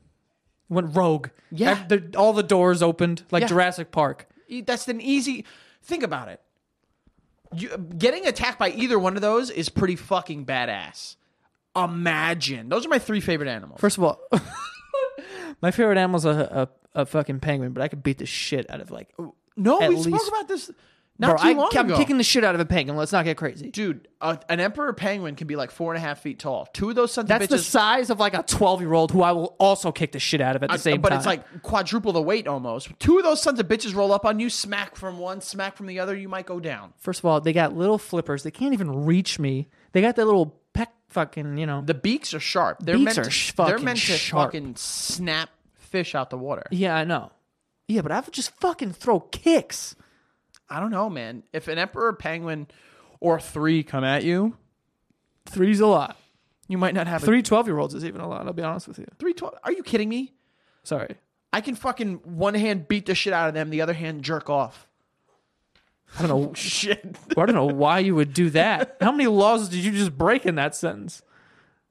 went rogue. Yeah. Ev- the- all the doors opened like Yeah. Jurassic Park. E- that's an easy. Think about it. You, getting attacked by either one of those is pretty fucking badass. Imagine. Those are my three favorite animals. First of all, my favorite animal's a, a a fucking penguin, but I could beat the shit out of like. no, at we least- spoke about this Bro, not too I, long I'm ago. kicking the shit out of a penguin. Let's not get crazy. Dude, a, an emperor penguin can be like four and a half feet tall. Two of those sons That's of the bitches size of like a 12 year old who I will also kick the shit out of at the I- same but time. it's like quadruple the weight almost. Two of those sons of bitches roll up on you, smack from one, smack from the other, you might go down. first of all, they got little flippers. They can't even reach me. They got that little peck fucking you know. The beaks are sharp. They're Beaks meant are to, sh- they're fucking meant to sharp. fucking snap fish out the water. Yeah, I know. Yeah, but I would just fucking throw kicks. I don't know, man. If an emperor penguin or three come at you, Three's a lot. you might not have a Three 12 year olds is even a lot, I'll be honest with you. three twelve. Are you kidding me? Sorry. I can fucking one hand beat the shit out of them, the other hand jerk off. I don't know Shit. I don't know why you would do that. How many laws did you just break in that sentence?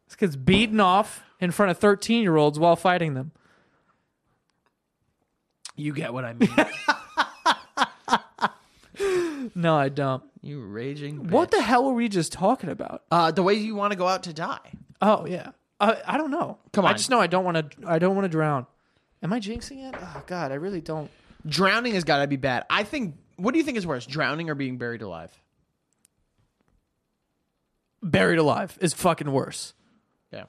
This kid's beaten off in front of 13 year olds while fighting them. You get what I mean. No, I don't. you raging. Bitch. What the hell were we just talking about? Uh, the way you want to go out to die. Oh, yeah. I, I don't know. Come I on. just know I don't want to I don't want to drown. Am I jinxing it? Oh god, I really don't. Drowning has got to be bad. I think. What do you think is worse, drowning or being buried alive? Buried alive is fucking worse. Yeah.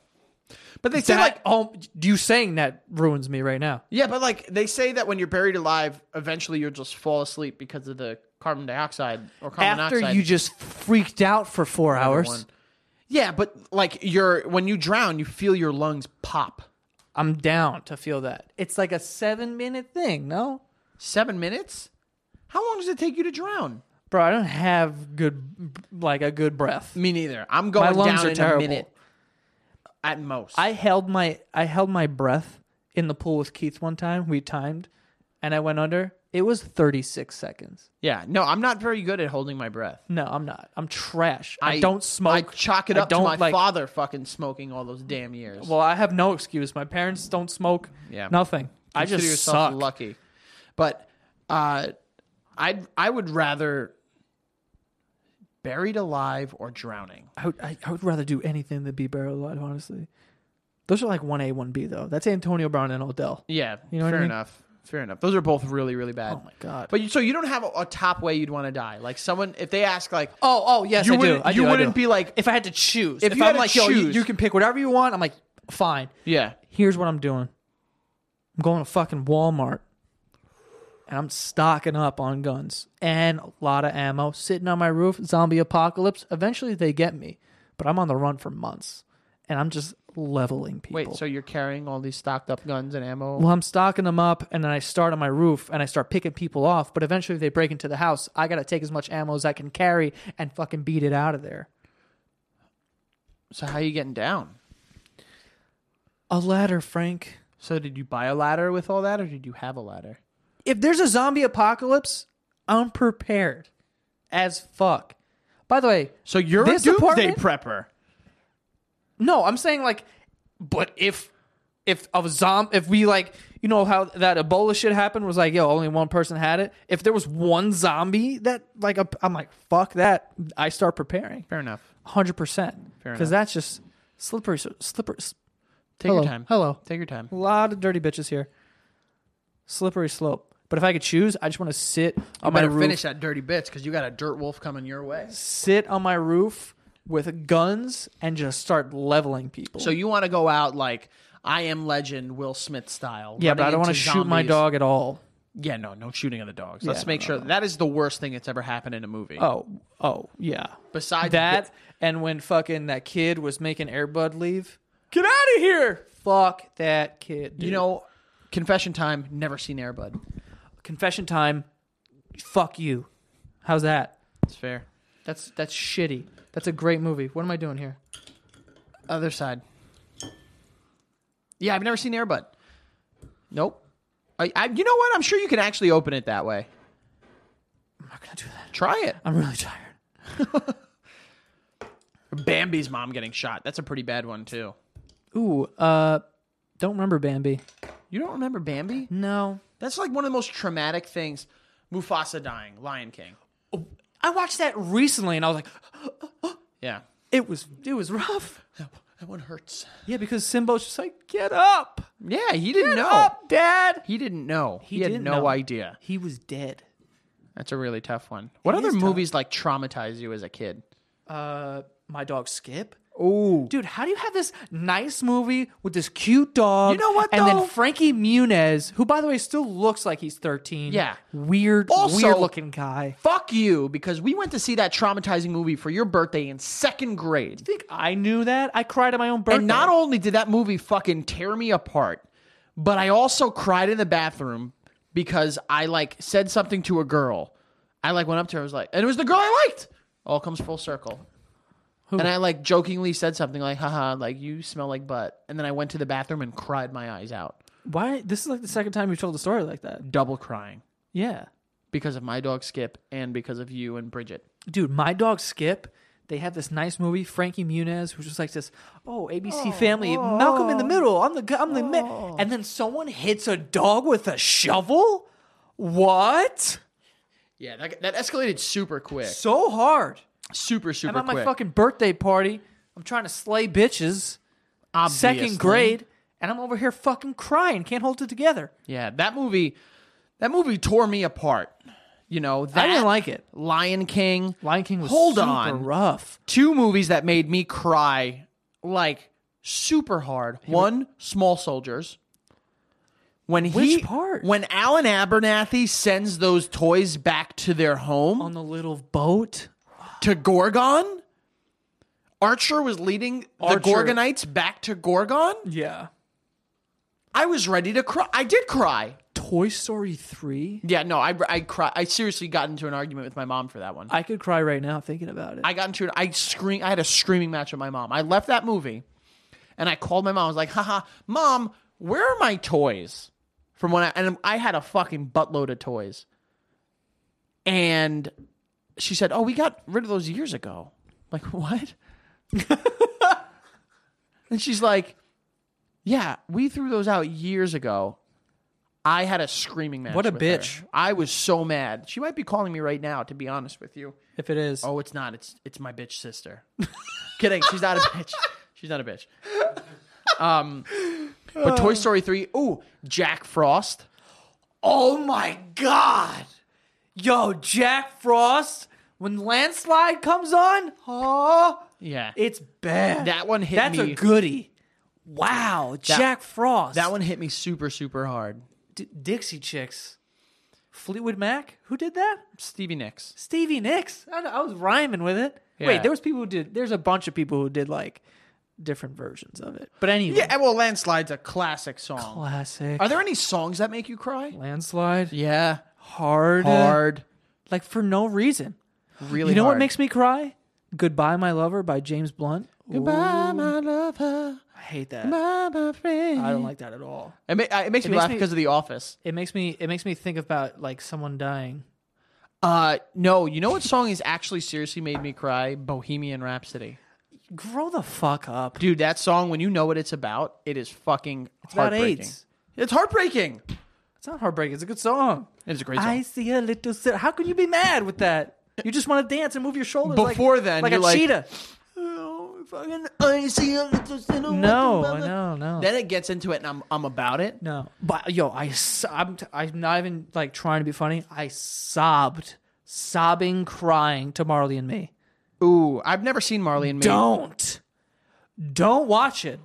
But they say That, like like, oh, you saying that ruins me right now. yeah, but like they say that when you're buried alive, eventually you'll just fall asleep because of the carbon dioxide or carbon after monoxide. you just freaked out for four hours. One. Yeah, but like you're when you drown, you feel your lungs pop. I'm down to feel that. It's like a seven minute thing, no? Seven minutes? How long does it take you to drown? Bro, I don't have good, like a good breath. Me neither. I'm going lungs down are in terrible. a minute at most. I held my, I held my breath in the pool with Keith one time. We timed, and I went under. It was 36 seconds. yeah, no, I'm not very good at holding my breath. No, I'm not. I'm trash. I, don't I smoke. chalk it I up to don't my like- father fucking smoking all those damn years. Well, I have no excuse. My parents don't smoke. Yeah. nothing. I Consider just yourself suck. lucky. But uh, I I would rather buried alive or drowning. I would, I, I would rather do anything than be buried alive, honestly. Those are like 1A, 1B, though. That's Antonio Brown and Odell. Yeah, You know what I fair mean? enough. Fair enough. Those are both really really bad. Oh, my God. But you, so you don't have a, a top way you'd want to die. Like someone if they ask like oh, oh, yes, you I do. wouldn't I you do, I wouldn't do. be like If I had to choose. If If, you I'm had to like, yo, you, choose- you can pick whatever you want, I'm like, fine. yeah Here's what I'm doing I'm going to fucking Walmart and I'm stocking up on guns and a lot of ammo, sitting on my roof, zombie apocalypse. Eventually they get me, but I'm on the run for months. and I'm just leveling people. Wait, so you're carrying all these stocked up guns and ammo? well, I'm stocking them up, and then I start on my roof and I start picking people off. But eventually, if they break into the house, I gotta take as much ammo as I can carry and fucking beat it out of there. So how are you getting down? A ladder, Frank. So did you buy a ladder with all that, or did you have a ladder? If there's a zombie apocalypse, I'm prepared as fuck. By the way, So you're This a doomsday apartment? prepper. No, I'm saying like, but if if of zom if we like you know how that Ebola shit happened was like yo only one person had it. If there was one zombie that like i I'm like fuck that. I start preparing Fair enough. hundred percent Fair because enough. that's just slippery s- slippery. s- Take hello, your time. Hello. Take your time. A lot of dirty bitches here. Slippery slope. But if I could choose, I just want to sit on my better roof. finish that dirty bitch because you got a dirt wolf coming your way. Sit on my roof with guns and just start leveling people. So you want to go out like I am Legend, Will Smith style? yeah, but I running don't want to into shoot my zombies. dog at all. Yeah, no, no shooting of the dogs. Let's no, make no, sure that is the worst thing that's ever happened in a movie. Oh, oh, yeah. Besides that, and when fucking that kid was making Airbud leave, get out of here! Fuck that kid. you dude. know, confession time. Never seen Airbud. confession time. Fuck you. How's that? It's fair. That's that's shitty. That's a great movie. What am I doing here? Other side. Yeah, I've never seen Airbud. Nope. I, I, you know what? I'm sure you can actually open it that way. I'm not gonna do that. Try it. I'm really tired. Bambi's mom getting shot. That's a pretty bad one too. Ooh, uh, don't remember Bambi. You don't remember Bambi? No, That's like one of the most traumatic things. Mufasa dying, Lion King. Oh, I watched that recently, and I was like, Yeah. it was it was rough. That, that one hurts. Yeah, because Simba's just like, get up, Yeah, he didn't know. up, Dad. He didn't know. He, had didn't no know. idea. He was dead. That's a really tough one. What other is tough. movies like traumatize you as a kid? Uh, my dog Skip. Oh, Dude, how do you have this nice movie with this cute dog? You know what, And though? then Frankie Muniz, who by the way still looks like he's thirteen. Yeah. weird, Also- weird looking guy. fuck you! Because we went to see that traumatizing movie for your birthday in second grade, I think I knew that. I cried at my own birthday. and not only did that movie fucking tear me apart, but I also cried in the bathroom because I like said something to a girl. I like went up to her, I was like, and it was the girl I liked. All comes full circle. And I like jokingly said something like, haha, like you smell like butt. And then I went to the bathroom and cried my eyes out. why. This is like the second time you told the story like that. Double crying. Yeah. because of my dog Skip and because of you and Bridget. dude, my dog Skip. They have this nice movie, Frankie Muniz, who's just like this. Oh, Oh. ABC Family, Malcolm in the Middle. I'm the gu- I'm the man. And then someone hits a dog with a shovel. What? Yeah, that, that escalated super quick, So hard. super super I'm at quick. my fucking birthday party. I'm trying to slay bitches. Obviously. Second grade, and I'm over here fucking crying. Can't hold it together. Yeah, that movie, that movie tore me apart. You know, that, I didn't like it. Lion King. Lion King was Hold super on. rough. Two movies that made me cry like super hard. One, Small Soldiers. When he Which part? when Alan Abernathy sends those toys back to their home, On the little boat. to Gorgon. Archer was leading Archer. the Gorgonites back to Gorgon. Yeah. I was ready to cry. I did cry. Toy Story three. Yeah, no, I I cry. I seriously got into an argument with my mom for that one. I, I could cry right now thinking about it. got into an I scream. I had a screaming match with my mom. I left that movie, and I called my mom. I was like, "Haha, mom, where are my toys?" From when I and I had a fucking buttload of toys, and she said, "Oh, we got rid of those years ago." like, what? and she's like, "Yeah, we threw those out years ago." I had a screaming match. What a with her. bitch. I was so mad. She might be calling me right now. To be honest with you, if it is. oh, it's not. It's it's my bitch sister. Kidding. She's not a bitch. She's not a bitch. Um, but Toy Story three. Ooh, Jack Frost. Oh my god! Yo, Jack Frost, when Landslide comes on, oh, Yeah, it's bad. That one hit That's me- a goodie. Wow, Jack Frost. that one hit me super super hard. D- Dixie Chicks. Fleetwood Mac? Who did that? Stevie Nicks. Stevie Nicks. I, don't- I was rhyming with it. Yeah. Wait, there was people who did. There's a bunch of people who did like different versions of it. But anyway, Yeah, well, Landslide's a classic song. classic. Are there any songs that make you cry? landslide? Yeah. Hard. Hard. Like for no reason. Really you know hard. what makes me cry? Goodbye, My Lover by James Blunt. Goodbye, my lover. I hate that. Goodbye, my friend. I don't like that at all. It, ma- uh, it makes me makes laugh me- because of The Office. It makes me it makes me think about like someone dying. Uh, no, you know what song has actually seriously made me cry? Bohemian Rhapsody. Grow the fuck up. Dude, that song, when you know what it's about, it is fucking it's about heartbreaking. AIDS. It's heartbreaking. It's not heartbreaking. It's a good song. It's a great song. I see a little. Sil- How can you be mad with that? You just want to dance and move your shoulders. like- Before then, like you're a like- cheetah. No, I know, no. Then it gets into it, and I'm I'm about it. No, but yo, I so- I'm, t- I'm not even like trying to be funny. I sobbed, sobbing, crying to Marley and me. Ooh, I've never seen Marley and Me. Don't, don't watch it,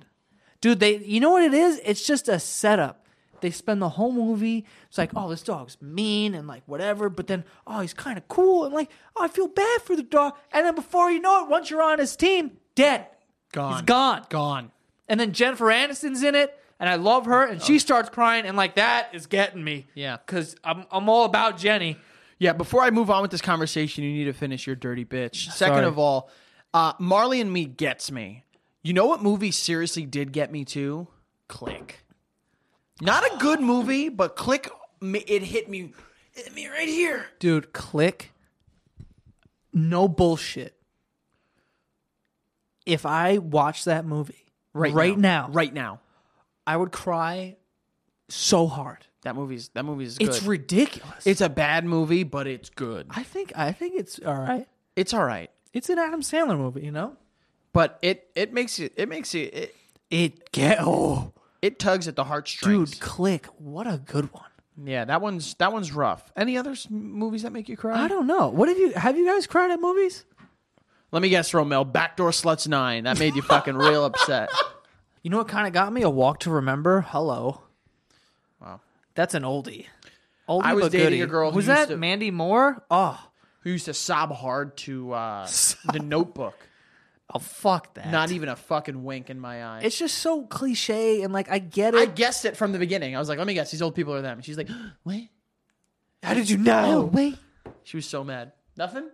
dude. They, you know what it is? It's just a setup. They spend the whole movie. It's like, oh, this dog's mean and like whatever, but then oh, he's kind of cool and like, oh, I feel bad for the dog. And then before you know it, once you're on his team, dead, Gone. he's gone. Gone. And then Jennifer Aniston's in it, and I love her, and she starts crying, and like that is getting me. Yeah. because I'm I'm all about Jenny. Yeah, before I move on with this conversation, you need to finish your dirty bitch. Second Sorry. of all, uh, Marley and Me gets me. You know what movie seriously did get me too? Click. Not a good movie, but Click, m- it hit me, it hit me right here. Dude, click. No bullshit. If I watch that movie right, now, Right now. I would cry so hard. That movie's that movie's good. It's ridiculous. it's a bad movie, but it's good. I think I think it's all right. It's all right, It's an Adam Sandler movie, you know. but it it makes you it makes you it, It get oh, it tugs at the heartstrings. dude, click. What a good one. Yeah, that one's that one's rough. Any other s- movies that make you cry? I don't know. What have you have you guys cried at movies? Let me guess, Romel. Backdoor Sluts Nine. That made you fucking real upset. You know what kind of got me? A Walk to Remember. Hello. Wow. That's an oldie. Oldie I was but dating goodie. a girl who Was used that to- Mandy Moore? Oh, Who used to sob hard to uh, the Notebook? oh, fuck that. Not even a fucking wink in my eye. It's just so cliche and like I get I it. guessed it from the beginning. I was like, let me guess. These old people are them. And she's like, what? How did you know? wait. She was so mad. Nothing.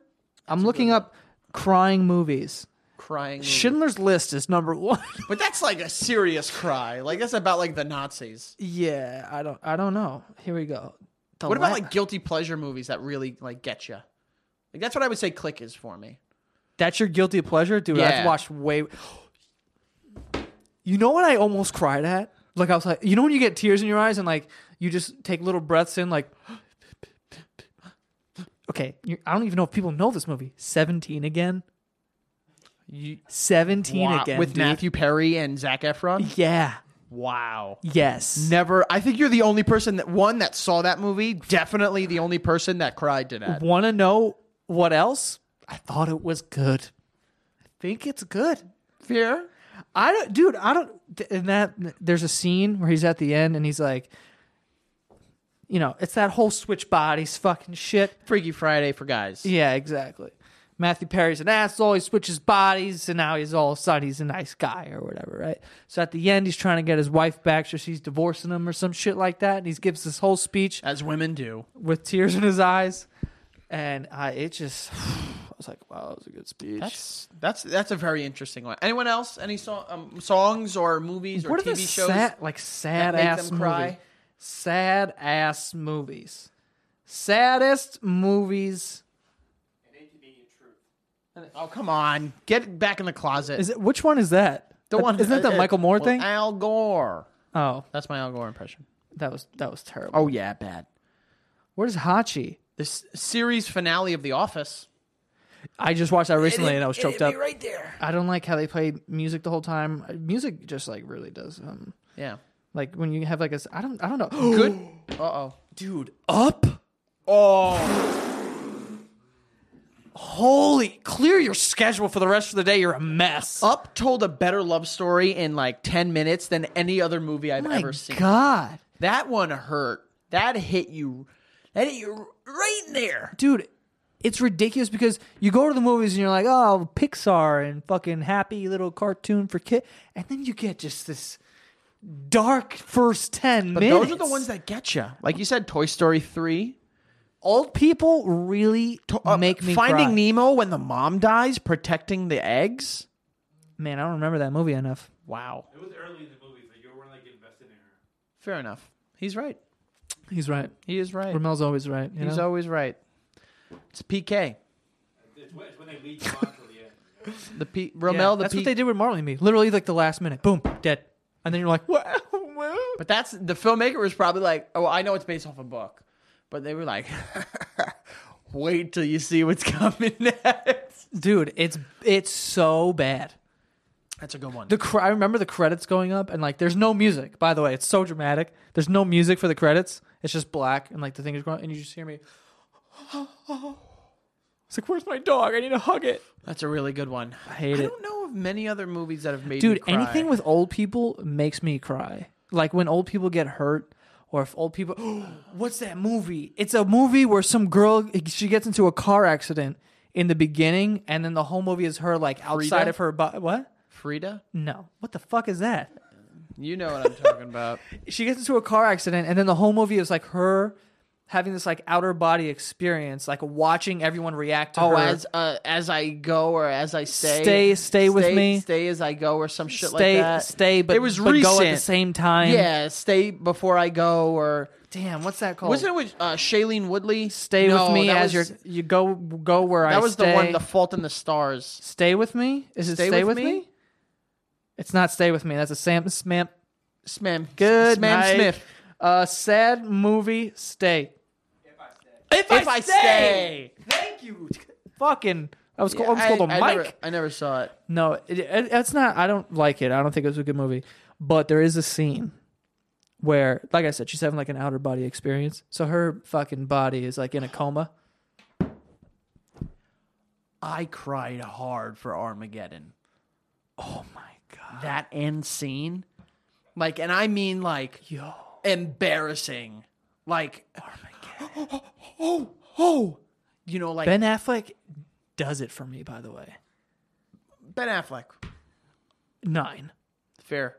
I'm looking up crying movies. Crying. movie. Schindler's List is number one. But that's like a serious cry. Like that's about like the Nazis. yeah, I don't. I don't know. Here we go. The What about la- like guilty pleasure movies that really like get you? Like that's what I would say. Click is for me. That's your guilty pleasure, dude. I've Yeah. watched way. You know what I almost cried at? Like I was like, you know when you get tears in your eyes and like you just take little breaths in, like. Okay, you I don't even know if people know this movie. Seventeen again. You, Seventeen Wow. again with dude. Matthew Perry and Zach Efron. Yeah. Wow. Yes. Never. I think you're the only person that one that saw that movie. Definitely the only person that cried to that. Want to know what else? I thought it was good. I think it's good. Fear. I don't, dude. I don't. And that there's a scene where he's at the end and he's like, you know, it's that whole switch bodies fucking shit. Freaky Friday for guys. Yeah, exactly. Matthew Perry's an asshole. He switches bodies, and now he's all of a sudden he's a nice guy or whatever, right? So at the end, he's trying to get his wife back, so she's divorcing him or some shit like that. And he gives this whole speech. As women do. with tears in his eyes, and I it just I was like, wow, that was a good speech. That's that's that's a very interesting one. Anyone else? Any song, um, songs or movies or what are TV the shows? sad like sad make ass them movie, cry? sad ass movies, saddest movies. An inconvenient truth. Oh come on, get back in the closet. Is it which one is that? the one isn't that the uh, uh, Michael Moore well, thing? Al Gore. oh, That's my Al Gore impression. that was that was terrible. Oh yeah, bad. Where's Hachi? This series finale of The Office. I just watched that recently and I was choked up. right there. I don't like how they play music the whole time. Music just like really does. Um, Yeah. like when you have like a s- I don't I don't know. Good. Uh oh. dude up. Oh. Holy, clear your schedule for the rest of the day. You're a mess. Up told a better love story in like 10 minutes than any other movie I've my ever seen. God. That one hurt. That hit you. That hit you right there. Dude, it's ridiculous because you go to the movies and you're like, oh, Pixar and fucking happy little cartoon for kid, and then you get just this dark first ten But minutes. those are the ones that get you. Like you said, Toy Story three. old people really Uh, make me Finding cry. Nemo when the mom dies, protecting the eggs. Man, I don't remember that movie enough. Wow. It was early in the movie, so you weren't like invested in her. Fair enough. He's right. He's right. He is right. Ramel's always right. You He's know? always right. It's PK. It's when, it's when they lead you on till the end. The P Yeah, Romel. the that's P- what they did with Marley and Me. Literally, like the last minute, boom, dead, and then you're like, what? But that's the filmmaker was probably like, oh, I know it's based off a book, but they were like, wait till you see what's coming next. Dude, it's it's so bad. That's a good one. The cr- I remember the credits going up and like there's no music. By the way, it's so dramatic. There's no music for the credits. It's just black and like the thing is going and you just hear me. It's like, where's my dog? I need to hug it. That's a really good one. I hate I it, don't know of many other movies that have made me dude. cry. Anything with old people makes me cry. Like when old people get hurt, or if old people. What's that movie? It's a movie where some girl she gets into a car accident in the beginning, and then the whole movie is her like outside Frida? of her. Bo- what? Frida. No. What the fuck is that? You know what I'm talking about. she gets into a car accident and then the whole movie is like her having this like outer body experience like watching everyone react to oh, her as uh, as I go or as I stay, Stay- stay with me. stay as I go or some shit stay like that. stay but it was but recent. go at the same time Yeah, stay before I go or damn what's that called wasn't it with uh, Shailene Woodley? Oh. stay No, with me that as was- your you go go where I That was stay. the one, The Fault in the Stars. stay with me is it stay, with, me? it's not stay with me that's a Sam Smith Smam. good Smam night. Smith. uh sad movie stay If I stay. if, If I stay. thank you fucking I was called, I was called a I mic Never, I never saw it. No, it, it, it's not. I don't like it. I don't think it was a good movie. But there is a scene where, like I said, she's having like an outer body experience. So her fucking body is like in a coma. I cried hard for Armageddon. Oh my god, That end scene, like, and I mean like yo, embarrassing, like oh, oh, oh, you know, like Ben Affleck does it for me. By the way, Ben Affleck. nine, Fair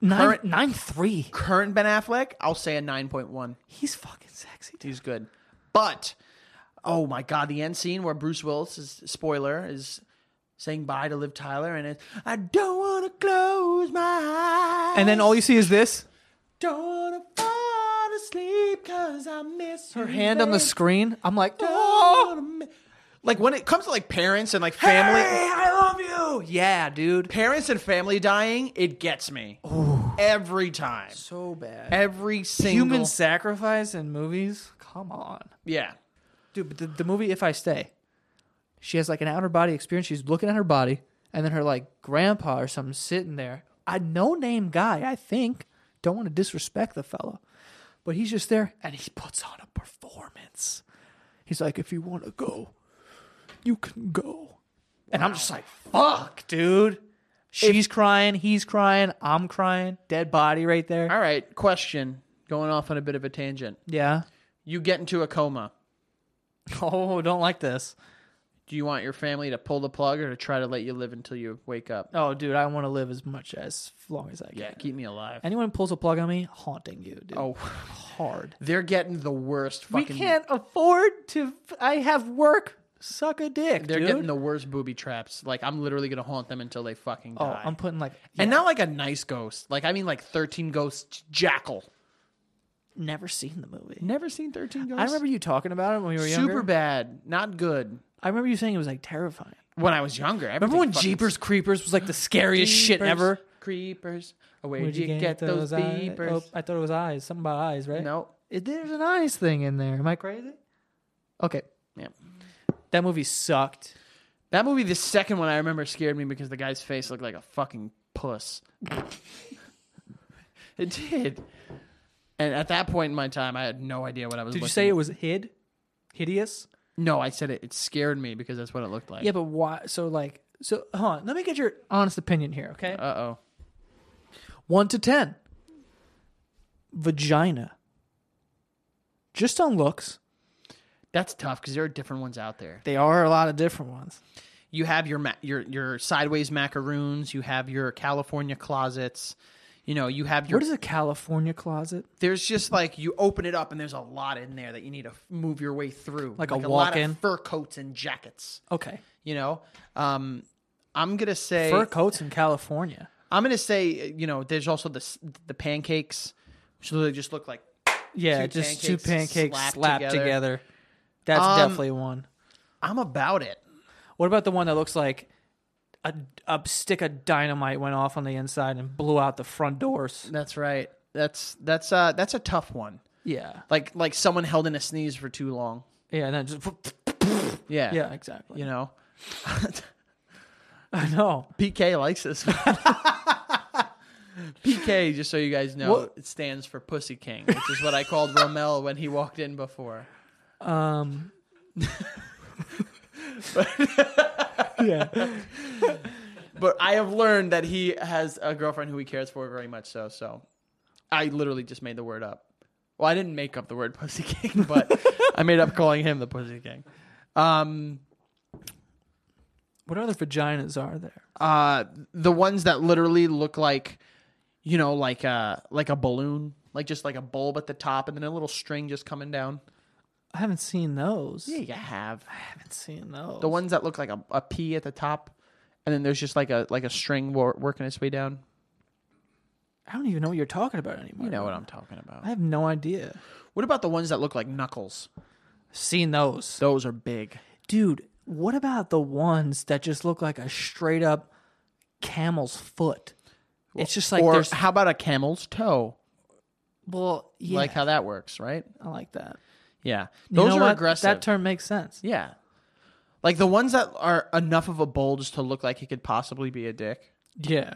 nine, Current- nine three. current Ben Affleck. I'll say a nine point one. He's fucking sexy. Dude. He's good. But oh my god, the end scene where Bruce Willis is spoiler is saying bye to Liv Tyler and it's I don't wanna close my eyes. And then all you see is this. don't wanna fall asleep cause I miss Her hand on the screen. I'm like, oh, screen. Like when it comes to like parents and like family I love you. Yeah, dude. parents and family dying, it gets me. Every time. So bad. Every single Human sacrifice in movies. Come on. Yeah. dude. But the, the movie If I Stay, she has like an outer body experience. She's looking at her body, and then her like grandpa or something sitting there. A no name guy, I think. Don't want to disrespect the fellow, but he's just there and he puts on a performance. He's like, if you want to go, you can go. And I'm just like, fuck, dude. She's crying, he's crying, I'm crying. Dead body right there. All right, question. Going off on a bit of a tangent. Yeah. You get into a coma. Oh, don't like this. Do you want your family to pull the plug or to try to let you live until you wake up? Oh, dude, I want to live as much as long as I can. Yeah, keep me alive. Anyone pulls a plug on me, haunting you, dude. oh, hard. they're getting the worst We fucking. can't afford to. I have work. Suck a dick, They're dude. getting the worst booby traps. Like I'm literally gonna haunt them until they fucking oh, die. I'm putting like And not like a nice ghost. Like I mean, like thirteen ghosts jackal. never seen the movie. Never seen thirteen ghosts. I remember you talking about it when we were super younger. bad, not good. I remember you saying it was like terrifying. When I was younger, Remember when Jeepers Creepers was like the scariest shit ever? Creepers, oh, where'd you, get, those eyes? beepers? Oh, I thought it was eyes. Something about eyes, right? No, It, there's an eyes thing in there. Am I crazy? Okay, yeah. that movie sucked. That movie, the second one I remember scared me because the guy's face looked like a fucking puss. it did. And at that point in my time, I had no idea what I was. Did you looking say at. it was hid, hideous? No, I said it. It scared me because that's what it looked like. Yeah, but why? So like, so hold on. Let me get your honest opinion here, okay? Uh oh. One to ten. Vagina. Just on looks. That's tough because there are different ones out there. They are a lot of different ones. You have your ma- your your sideways macaroons. You have your California closets. You know, you have your. What is a California closet? there's just like you open it up and there's a lot in there that you need to f- move your way through, Like a lot of walk-in? fur coats and jackets. Okay. You know, um, I'm gonna say Fur coats in California. I'm gonna say you know there's also the s- the pancakes, which literally just look like Yeah, Two just two pancakes pancakes slapped slapped, together. together. That's Um, definitely one. I'm about it. What about the one that looks like a, a stick of dynamite went off on the inside and blew out the front doors? That's right. That's that's uh that's a tough one. Yeah. Like like someone held in a sneeze for too long. Yeah, and then just. Yeah. Yeah, exactly. You know. I know. PK likes this one. PK, just so you guys know, What- it stands for Pussy King, which is what I called Romel when he walked in before. Um. yeah. But I have learned that he has a girlfriend who he cares for very much so, so I literally just made the word up. Well, I didn't make up the word Pussy King, but I made up calling him the Pussy King. Um What other vaginas are there? uh the ones that literally look like you know like a like a balloon like just like a bulb at the top and then a little string just coming down I haven't seen those. you have I haven't seen those. the ones that look like a, a p at the top and then there's just like a like a string wor- working its way down I don't even know what you're talking about anymore. you know what i'm talking about I have no idea. what about the ones that look like knuckles Seen those. those are big Dude, what about the ones that just look like a straight up camel's foot? It's just like or there's how about a camel's toe well, yeah, like how that works right I like that. yeah You those know are what? aggressive That term makes sense. yeah like the ones that are enough of a bulge to look like it could possibly be a dick Yeah,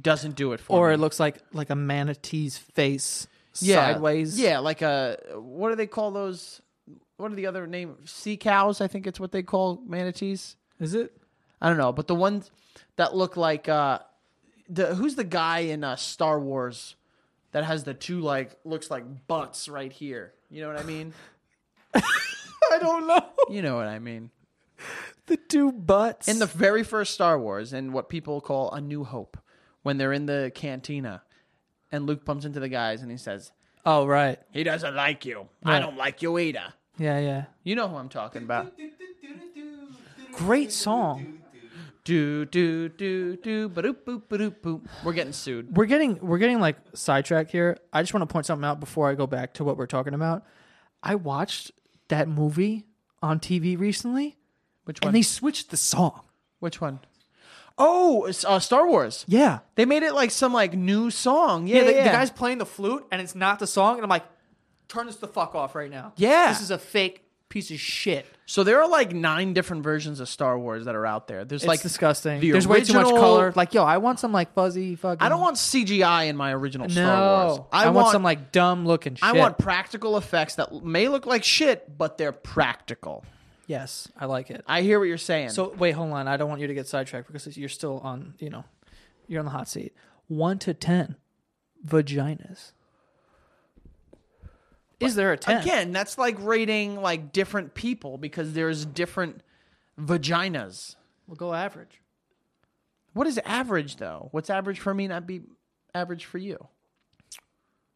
doesn't do it for or me. it looks like like a manatee's face yeah. sideways. Yeah, like a what do they call those? What are the other name? Sea cows, I think it's what they call manatees. is it? I don't know, but the ones that look like uh, the who's the guy in uh, Star Wars that has the two like looks like butts right here. You know what I mean? I don't know. you know what I mean. The two butts In the very first Star Wars, and what people call A New Hope, when they're in the cantina, and Luke bumps into the guys and he says, oh right, "He doesn't like you. I Right. don't like you either." yeah, yeah. You know who I'm talking about. Great song. Do do do do ba-doop boop ba-doop boop. We're getting sued. We're getting we're getting like sidetracked here. I just want to point something out before I go back to what we're talking about. I watched that movie on TV recently, Which one? and they switched the song. Which one? Oh, it's, uh, Star Wars. Yeah. They made it like some like new song. Yeah, Yeah, the, yeah. the guy's playing the flute and it's not the song, and I'm like, turn this the fuck off right now. Yeah. This is a fake piece of shit. So there are like nine different versions of Star Wars that are out there. There's It's like like disgusting. the There's way too much original- color. Like, yo, I want some like fuzzy fucking I don't want CGI in my original no. Star Wars. I, want, some like dumb looking shit. I want practical effects that may look like shit, but they're practical. Yes, I like it. I hear what you're saying. So wait, hold on. I don't want you to get sidetracked because you're still on, you know, you're on the hot seat. One to ten vaginas. Is there a ten? again, that's like rating like different people because there's different vaginas. We'll go average. What is average though? What's average for me not be average for you?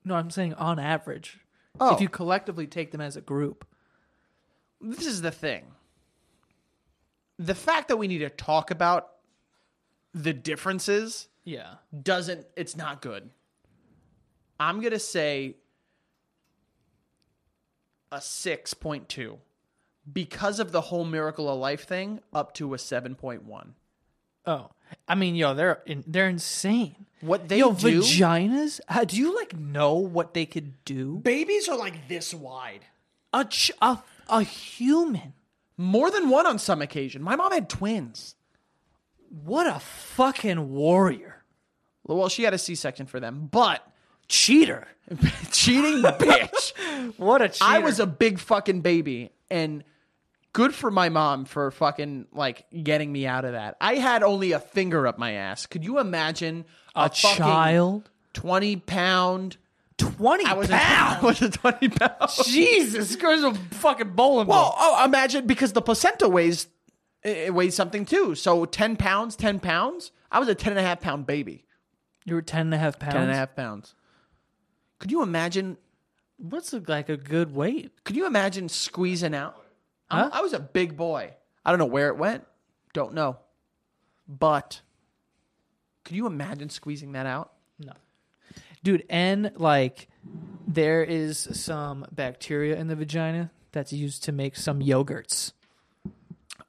No, I'm saying on average. Oh. If you collectively take them as a group. This is the thing. The fact that we need to talk about the differences Yeah. doesn't it's not good. I'm going to say a 6.2 because of the whole miracle of life thing up to a 7.1. Oh, I mean, yo, they're in, they're insane. What they yo, do vaginas? How, do you like know what they could do? babies are like this wide. A ch- a, a human. More than one on some occasion. My mom had twins. What a fucking warrior. Well, she had a C-section for them, but Cheater. cheating bitch. What a cheater. I was a big fucking baby and good for my mom for fucking like getting me out of that. I had only a finger up my ass. Could you imagine a fucking child. 20 pound twenty I was a, I pounds. was a 20 pounds. Jesus, girls a fucking bowling Well, ball. oh, imagine because the placenta weighs it it weighs something too. So 10 pounds, 10 pounds. I was a 10 and a half pound baby. You were ten and a half pounds. 10 and a half pounds. Could you imagine? What's a, like a good weight? Could you imagine squeezing out? Huh? I'm- I was a big boy. I don't know where it went. Don't know. But could you imagine squeezing that out? dude and like there is some bacteria in the vagina that's used to make some yogurts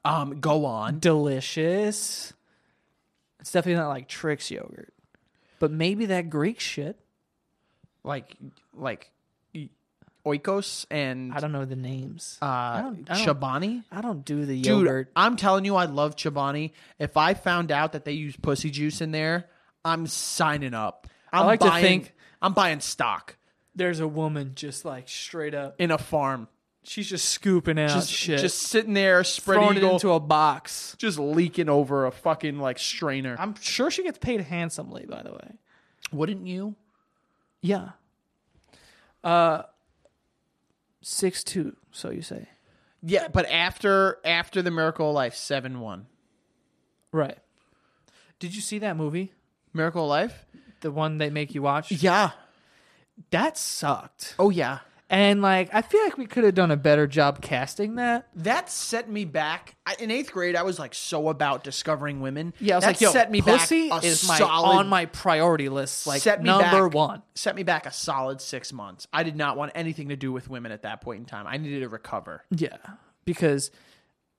Um, go on. delicious it's definitely not like tricks yogurt but maybe that greek shit Like, like y- Oikos and i don't know the names uh, I don't- I don't- Chobani. i don't do the Dude, yogurt I'm telling you, I love Chobani. If I found out that they use pussy juice in there, I'm signing up. I'm like to buying, think- I'm buying stock there's a woman just like straight up in a farm. she's just scooping out Just, Oh, shit just sitting there, spread throwing it eagle, into a box just leaking over a fucking like strainer. i'm sure she gets paid handsomely by the way Wouldn't you? yeah uh six two so you say Yeah, but after after the Miracle of Life seven one, Right. Did you see that movie? Miracle of Life. The one they make you watch? Yeah. That sucked. Oh yeah. And like I feel like we could have done a better job casting that. That set me back. I, in eighth grade, I was like so about discovering women. Yeah, I was That like, set me pussy back a is my solid on my priority list. Like set me number back, one. Set me back a solid six months. I did not want anything to do with women at that point in time. I needed to recover. Yeah. Because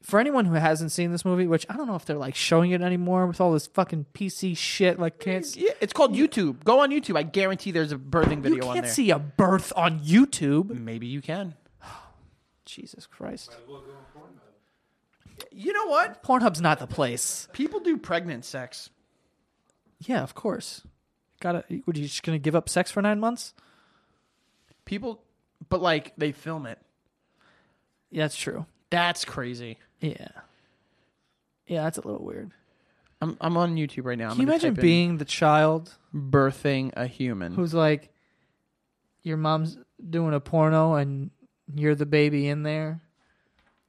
for anyone who hasn't seen this movie, which I don't know if they're like showing it anymore with all this fucking PC shit, like can't Yeah, it's called YouTube. Go on YouTube. I guarantee there's a birthing video you on can't there. see a birth on YouTube. Maybe you can. Jesus Christ. You know what? Pornhub's not the place. People do pregnant sex. Yeah, of course. Gotta would you just gonna give up sex for nine months? People, but like they film it. Yeah, that's true. That's crazy. Yeah. Yeah, that's a little weird. I'm I'm on YouTube right now. I'm Can you gonna imagine type in being the child birthing a human? who's like, your mom's doing a porno and you're the baby in there?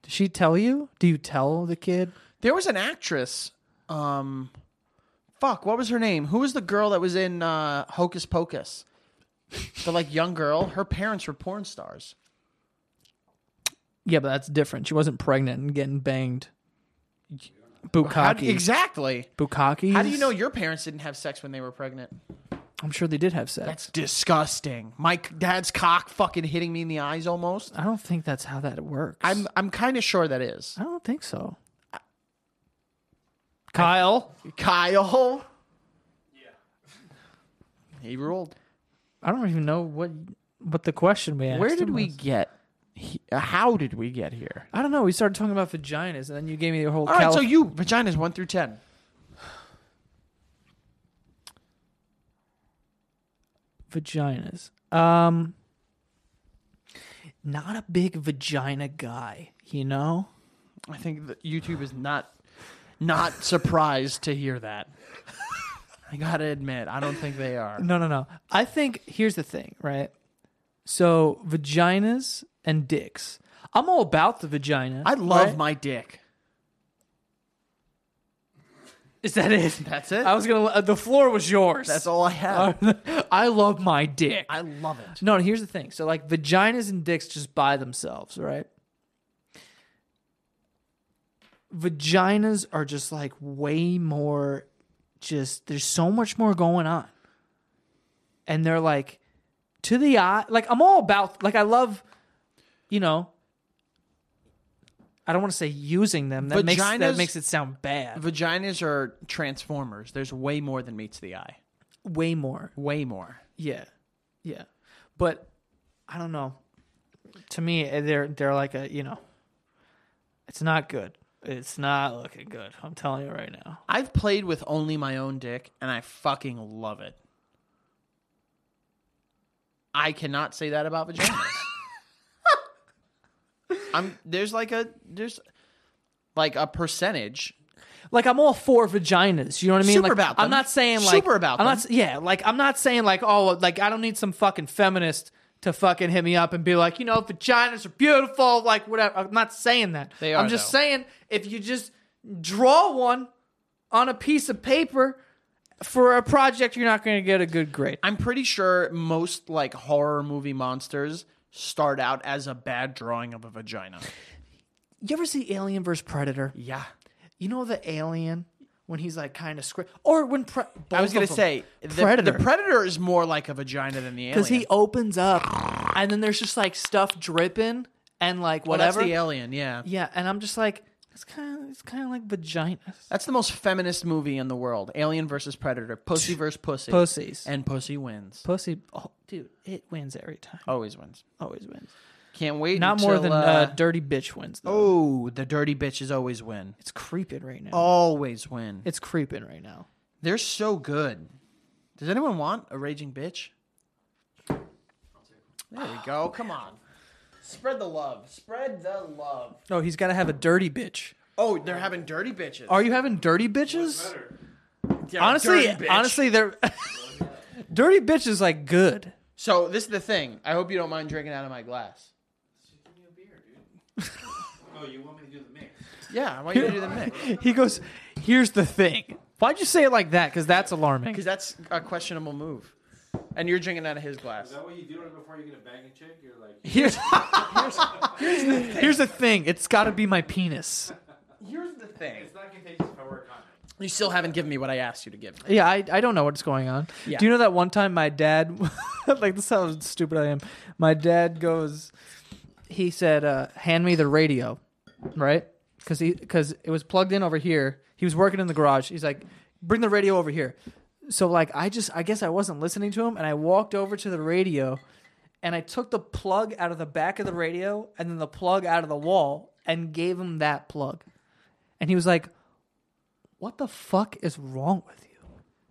Does she tell you? Do you tell the kid? There was an actress. Um, fuck, what was her name? Who was the girl that was in uh, Hocus Pocus? The like young girl. Her parents were porn stars. Yeah, but that's different. She wasn't pregnant and getting banged. How Bukaki. d- exactly. Bukaki. How do you know your parents didn't have sex when they were pregnant? I'm sure they did have sex. That's disgusting. My c- dad's cock fucking hitting me in the eyes almost. I don't think that's how that works. I'm I'm kind of sure that is. I don't think so. Kyle, Kyle. Yeah. He ruled. I don't even know what what the question we asked. Where did him we was. get? He, uh, how did we get here? I don't know. We started talking about vaginas, and then you gave me the whole. All right, Calif- so you vaginas one through ten. vaginas. Um, not a big vagina guy, you know. I think that YouTube is not not surprised to hear that. I gotta admit, I don't think they are. No, no, no. I think here's the thing, right? So vaginas and dicks. I'm all about the vagina. I love right? my dick. Is that it? That's it. I was gonna. Uh, the floor was yours. That's all I have. I love my dick. I love it. No, here's the thing. So like vaginas and dicks just by themselves, right? Vaginas are just like way more just there's so much more going on. And they're like to the eye like I'm all about like I love you know I don't want to say using them. That makes that Vaginas- makes it sound bad. Vaginas are transformers. There's way more than meets the eye. way more. Way more. Yeah, yeah, but I don't know. To me, eh, they're they're like a you know, it's not good. It's not looking good. I'm telling you right now. I've played with only my own dick, and I fucking love it. I cannot say that about vaginas. I'm there's like a there's like a percentage Like I'm all for vaginas. You know what I mean? Super like, about I'm them. not saying like Super about I'm them. not s- yeah. Like I'm not saying like oh like I don't need some fucking feminist to fucking hit me up and be like you know vaginas are beautiful like whatever. I'm not saying that. They are, I'm just though. saying if you just draw one on a piece of paper for a project, you're not going to get a good grade. I'm pretty sure most like horror movie monsters start out as a bad drawing of a vagina. You ever see Alien vs Predator? Yeah. You know the alien when he's like kind of square, or when pre- I was gonna say the Predator. predator. the predator is more like a vagina than the alien. because he opens up and then there's just like stuff dripping and like Well, that's whatever. the alien, yeah. yeah, and I'm just like it's kind of it's kind of like vaginas, That's the most feminist movie in the world. Alien versus Predator, pussy versus pussy, pussies, and pussy wins. pussy. Oh, dude, it wins every time. Always wins. Always wins. Can't wait. Not more than until, uh, uh, dirty bitch wins though. oh, the dirty bitches always win. It's creeping right now. Always win. It's creeping right now. They're so good. Does anyone want a raging bitch? There we go. Come on. Spread the love. Spread the love. No, Oh, he's got to have a dirty bitch. Oh, they're having dirty bitches. Are you having dirty bitches? Better. They're a Honestly, dirty bitch. honestly, they're dirty bitch is like good. So this is the thing. I hope you don't mind drinking out of my glass. Just give me a beer, dude. oh, you want me to do the mix? Yeah, I want you to do the mix He goes, here's the thing. Why'd you say it like that? Because that's alarming. because that's a questionable move. And you're drinking out of his glass. Is that what you do right before you get a banging chick? You're like, Here's, here's, here's the thing. It's got to be my penis. Here's the thing. it's not contagious if I wear a condom. You still haven't given me what I asked you to give. me. Yeah, I, I don't know what's going on. Yeah. Do you know that one time my dad, like this is how stupid I am. My dad goes, he said, uh, hand me the radio, right? Because he because it was plugged in over here. He was working in the garage. He's like, bring the radio over here. So like I just I guess I wasn't listening to him, and I walked over to the radio, and I took the plug out of the back of the radio, and then the plug out of the wall, and gave him that plug, and he was like, "What the fuck is wrong with you?"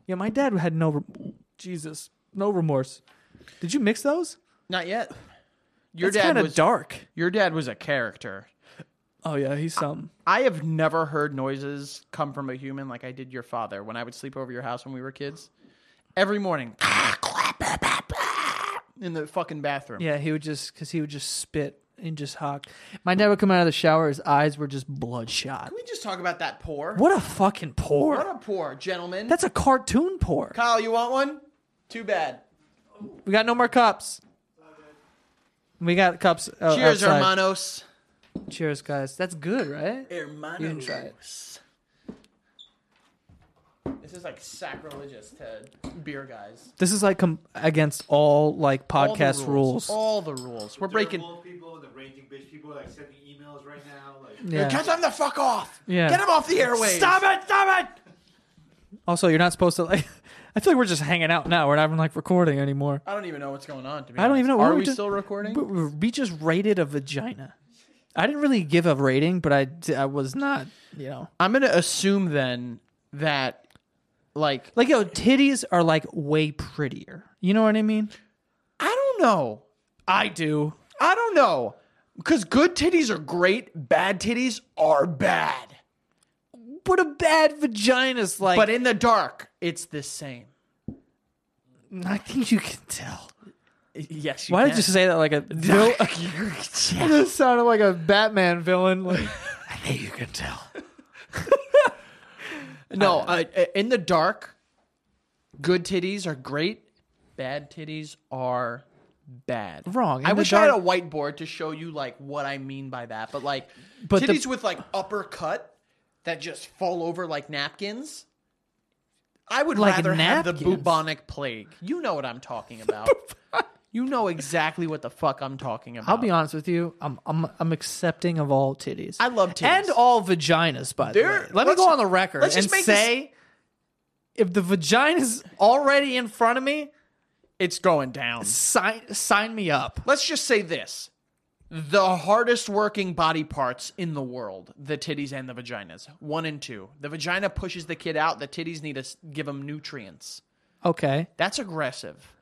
Yeah, my dad had no rem- Jesus, no remorse. Did you mix those? Not yet. Your That's dad kinda was dark. your dad was a character. Oh yeah, he's something. I have never heard noises come from a human like I did your father when I would sleep over your house when we were kids. Every morning in the fucking bathroom. Yeah, he would just because he would just spit and just hawk. My dad would come out of the shower; his eyes were just bloodshot. Can we just talk about that pour? What a fucking pour! What a pour, gentlemen. That's a cartoon pour. Kyle, you want one? Too bad. We got no more cups. We got cups. Uh, Cheers, outside. hermanos. Cheers, guys. That's good, right? Hermanos. You can try it. This is like sacrilegious to beer guys. This is like com- against all like All the podcast rules. All the rules. We're Dirt breaking. Bowl people and the raging bitch people like sending emails right now. Like, Yeah. them the fuck off. Yeah. Get them off the airways. it! Stop it! Also, you're not supposed to like. I feel like we're just hanging out now. We're not even like recording anymore. I don't even know what's going on. To be I don't honest. even know. What Are were we, we do- still recording? We, we just rated a vagina. I didn't really give a rating, but I, d- I was not, you know. I'm gonna assume then that, like, Like, yo, titties are like way prettier. You know what I mean? I don't know. I do. I don't know. Because good titties are great. Bad titties are bad. What a bad vagina's like. But in the dark, it's the same. I think you can tell. Yes. Why did you say that like a. Vil- this sounded like a Batman villain. Like, I think you can tell. No, uh, in the dark, good titties are great. Bad titties are bad. Wrong. In I the wish I had a dark- whiteboard to show you like what I mean by that. But like But the- titties with like uppercut that just fall over like napkins. I would Like rather have the napkins? bubonic plague. You know what I'm talking about. you know exactly what the fuck I'm talking about. I'll be honest with you. I'm I'm I'm accepting of all titties. I love titties. and all vaginas. By the There- way, let me let's- go on the record let's just and make this- say, if the vagina's already in front of me, It's going down. sign sign me up. let's just say this the hardest working body parts in the world the titties and the vaginas one and two the vagina pushes the kid out the titties need to s- give them nutrients Okay, that's aggressive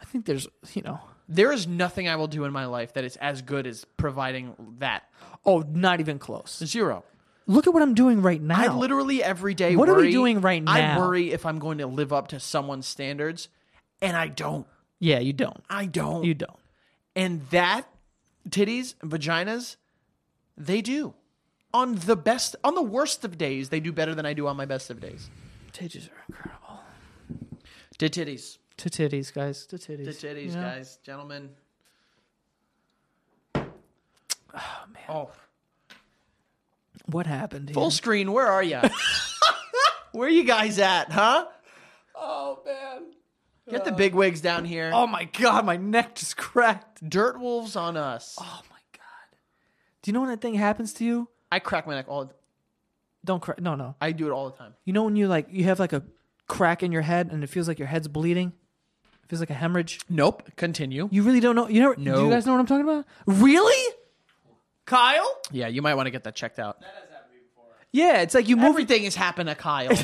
I think there's you know. there is nothing i will do in my life that is as good as providing that Oh, not even close. zero Look at what I'm doing right now. I literally every day. What are we worry- doing right I now? worry if I'm going to live up to someone's standards, and I don't. yeah, you don't. I don't. You don't. And that titties, vaginas, they do. On the best, on the worst of days, they do better than I do on my best of days. Titties are incredible. To titties, To titties, guys. To titties. to titties, Yeah. guys, gentlemen. Oh man. Oh, What happened? Here? full screen. Where are you? where you guys at? Huh? Oh man. Get the big wigs down here. Oh my god, my neck just cracked. Dirt wolves on us. Oh my god. Do you know when that thing happens to you? I crack my neck all. Don't crack. No, no. I do it all the time. You know when you like you have like a crack in your head and it feels like your head's bleeding. It feels like a hemorrhage. Nope. Continue. You really don't know. You never. Do No. you guys know what I'm talking about? Really? Kyle? Yeah, you might want to get that checked out. Yeah, it's like you move. Everything has happened to Kyle.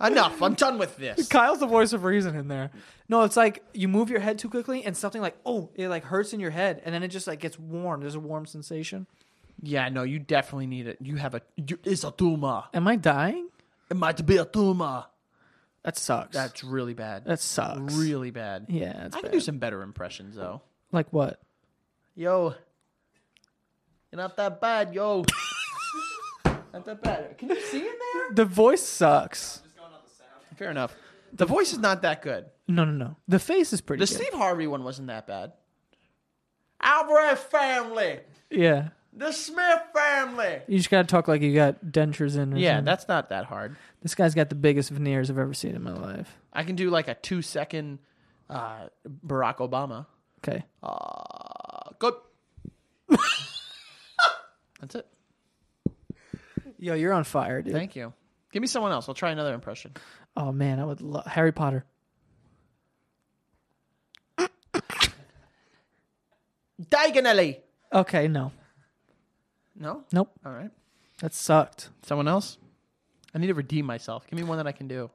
Enough. I'm done with this. Kyle's the voice of reason in there. No, it's like you move your head too quickly and something like oh, it like hurts in your head and then it just like gets warm. There's a warm sensation. Yeah, no, you definitely need it. You have a. You, it's a tumor. Am I dying? It might be a tumor. That sucks. That's really bad. that sucks. really bad. Yeah, that's I can bad. do some better impressions though. like what? Yo, you're not that bad, yo. not that bad. Can you see in there? The voice sucks. Fair enough. The voice is not that good. No, no, no. The face is pretty. The good. Steve Harvey one wasn't that bad. Alvarez family, Yeah, the Smith family. you just gotta talk like you got dentures in. Or Yeah, something. that's not that hard. this guy's got the biggest veneers I've ever seen in my life. I can do like a two second uh, Barack Obama. Okay, Uh, good. that's it. yo, you're on fire, dude. Thank you. Give me someone else. I'll try another impression. oh man, I would love Harry Potter. Diagonally. Okay, no, No? nope, All right. that sucked. Someone else? I need to redeem myself. Give me one that I can do.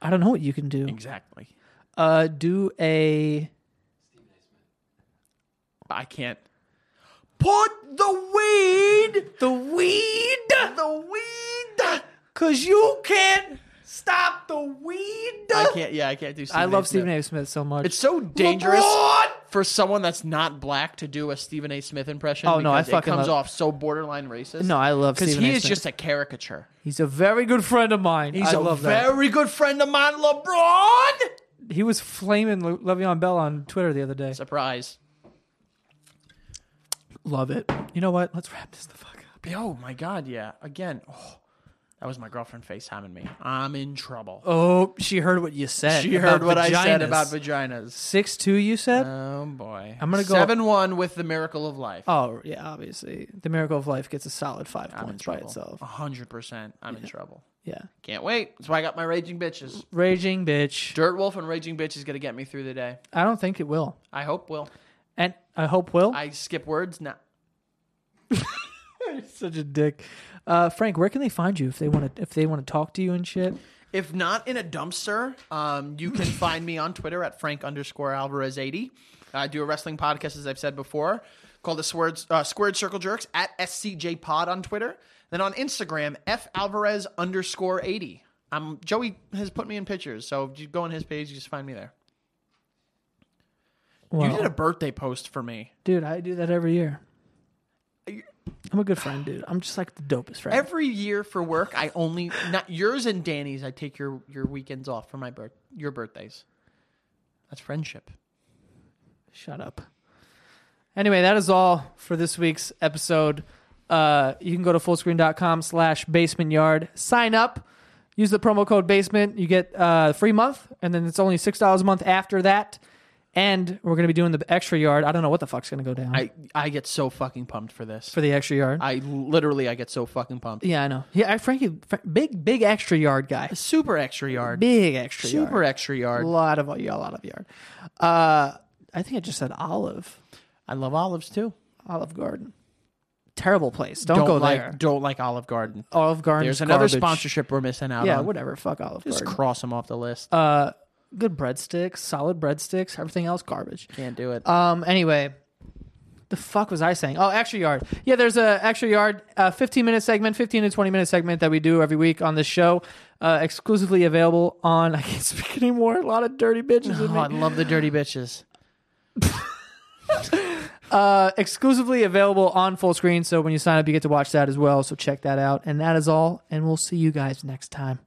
I don't know what you can do. Exactly. Uh, do a I can't. Put the weed. The weed. The weed. cause you Can't. stop the weed. I can't. Yeah, I can't do. Stephen I love A. Stephen Smith. A. Smith so much. It's so dangerous for someone that's not black to do a Stephen A. Smith impression. Oh, no, I because fucking it comes love- off so borderline racist. no, I love because Stephen he A. is Smith. just a caricature. he's a very good friend of mine. He's I a love that. very good friend of mine, LeBron. He was flaming Le- Le'Veon Bell on Twitter the other day. Surprise! Love it. You know what? Let's wrap this the fuck up. Oh my God! Yeah, again. Oh, that was my girlfriend FaceTiming me. I'm in trouble. Oh, she heard what you said. she Eh, about heard what I said vaginas. about vaginas. six two. You said. Oh boy! I'm gonna go- seven one with the miracle of life. oh yeah, obviously, the miracle of life gets a solid 5 I'm in points by trouble. itself. hundred percent. I'm in trouble. Yeah, Can't wait. That's why I got my raging bitches. raging bitch. Dirt Wolf and Raging Bitch is gonna get me through the day. I don't think it will, I hope will. and I hope will. I skip words now. Such a dick, uh, Frank. Where can they find you if they want to if they want to talk to you and shit? If not in a dumpster, um, you can find me on Twitter at Frank underscore Alvarez eighty. I do a wrestling podcast, as I've said before, called the Squared, uh, Squared Circle Jerks at SCJ Pod on Twitter. Then on Instagram, F Alvarez underscore eighty. Um, Joey has put me in pictures, so if you go on his page, you just find me there. Wow. You did a birthday post for me. dude, I do that every year. I'm a good friend, dude. I'm just like the dopest friend. Every year for work, I only not yours and Danny's. I take your your weekends off for my birth your birthdays. That's friendship. Shut up. Anyway, that is all for this week's episode. Uh, you can go to fullscreen.com slash basement yard. Sign up. Use the promo code basement. You get uh, free month, and then it's only $6 a month after that. And we're going to be doing the extra yard. I don't know what the fuck's going to go down I I get so fucking pumped for this. for the extra yard. I literally I get so fucking pumped. yeah, I know. Yeah, I, Frankie, Fra- big, big extra yard guy. Super extra yard. Big extra yard. Super extra A yard. lot of, yeah, a lot of yard. Uh, I think I just said olive. I love olives too. Olive Garden. Terrible place. Don't, go like there. don't like Olive Garden. Olive Garden. There's another garbage. sponsorship we're missing out Yeah, on. whatever. Fuck Olive Just Garden. cross them off the list. uh, good breadsticks, solid breadsticks. Everything else garbage. Can't do it. Um. Anyway, The fuck was I saying? Oh, extra yard. Yeah, there's a extra yard, uh, 15 minute segment, 15 to 20 minute segment that we do every week on this show, uh, exclusively available on. I can't speak anymore. A lot of dirty bitches in Oh, me. I love the dirty bitches. Uh, exclusively available on full screen. So when you sign up, you get to watch that as well. So check that out. And that is all. And we'll see you guys next time.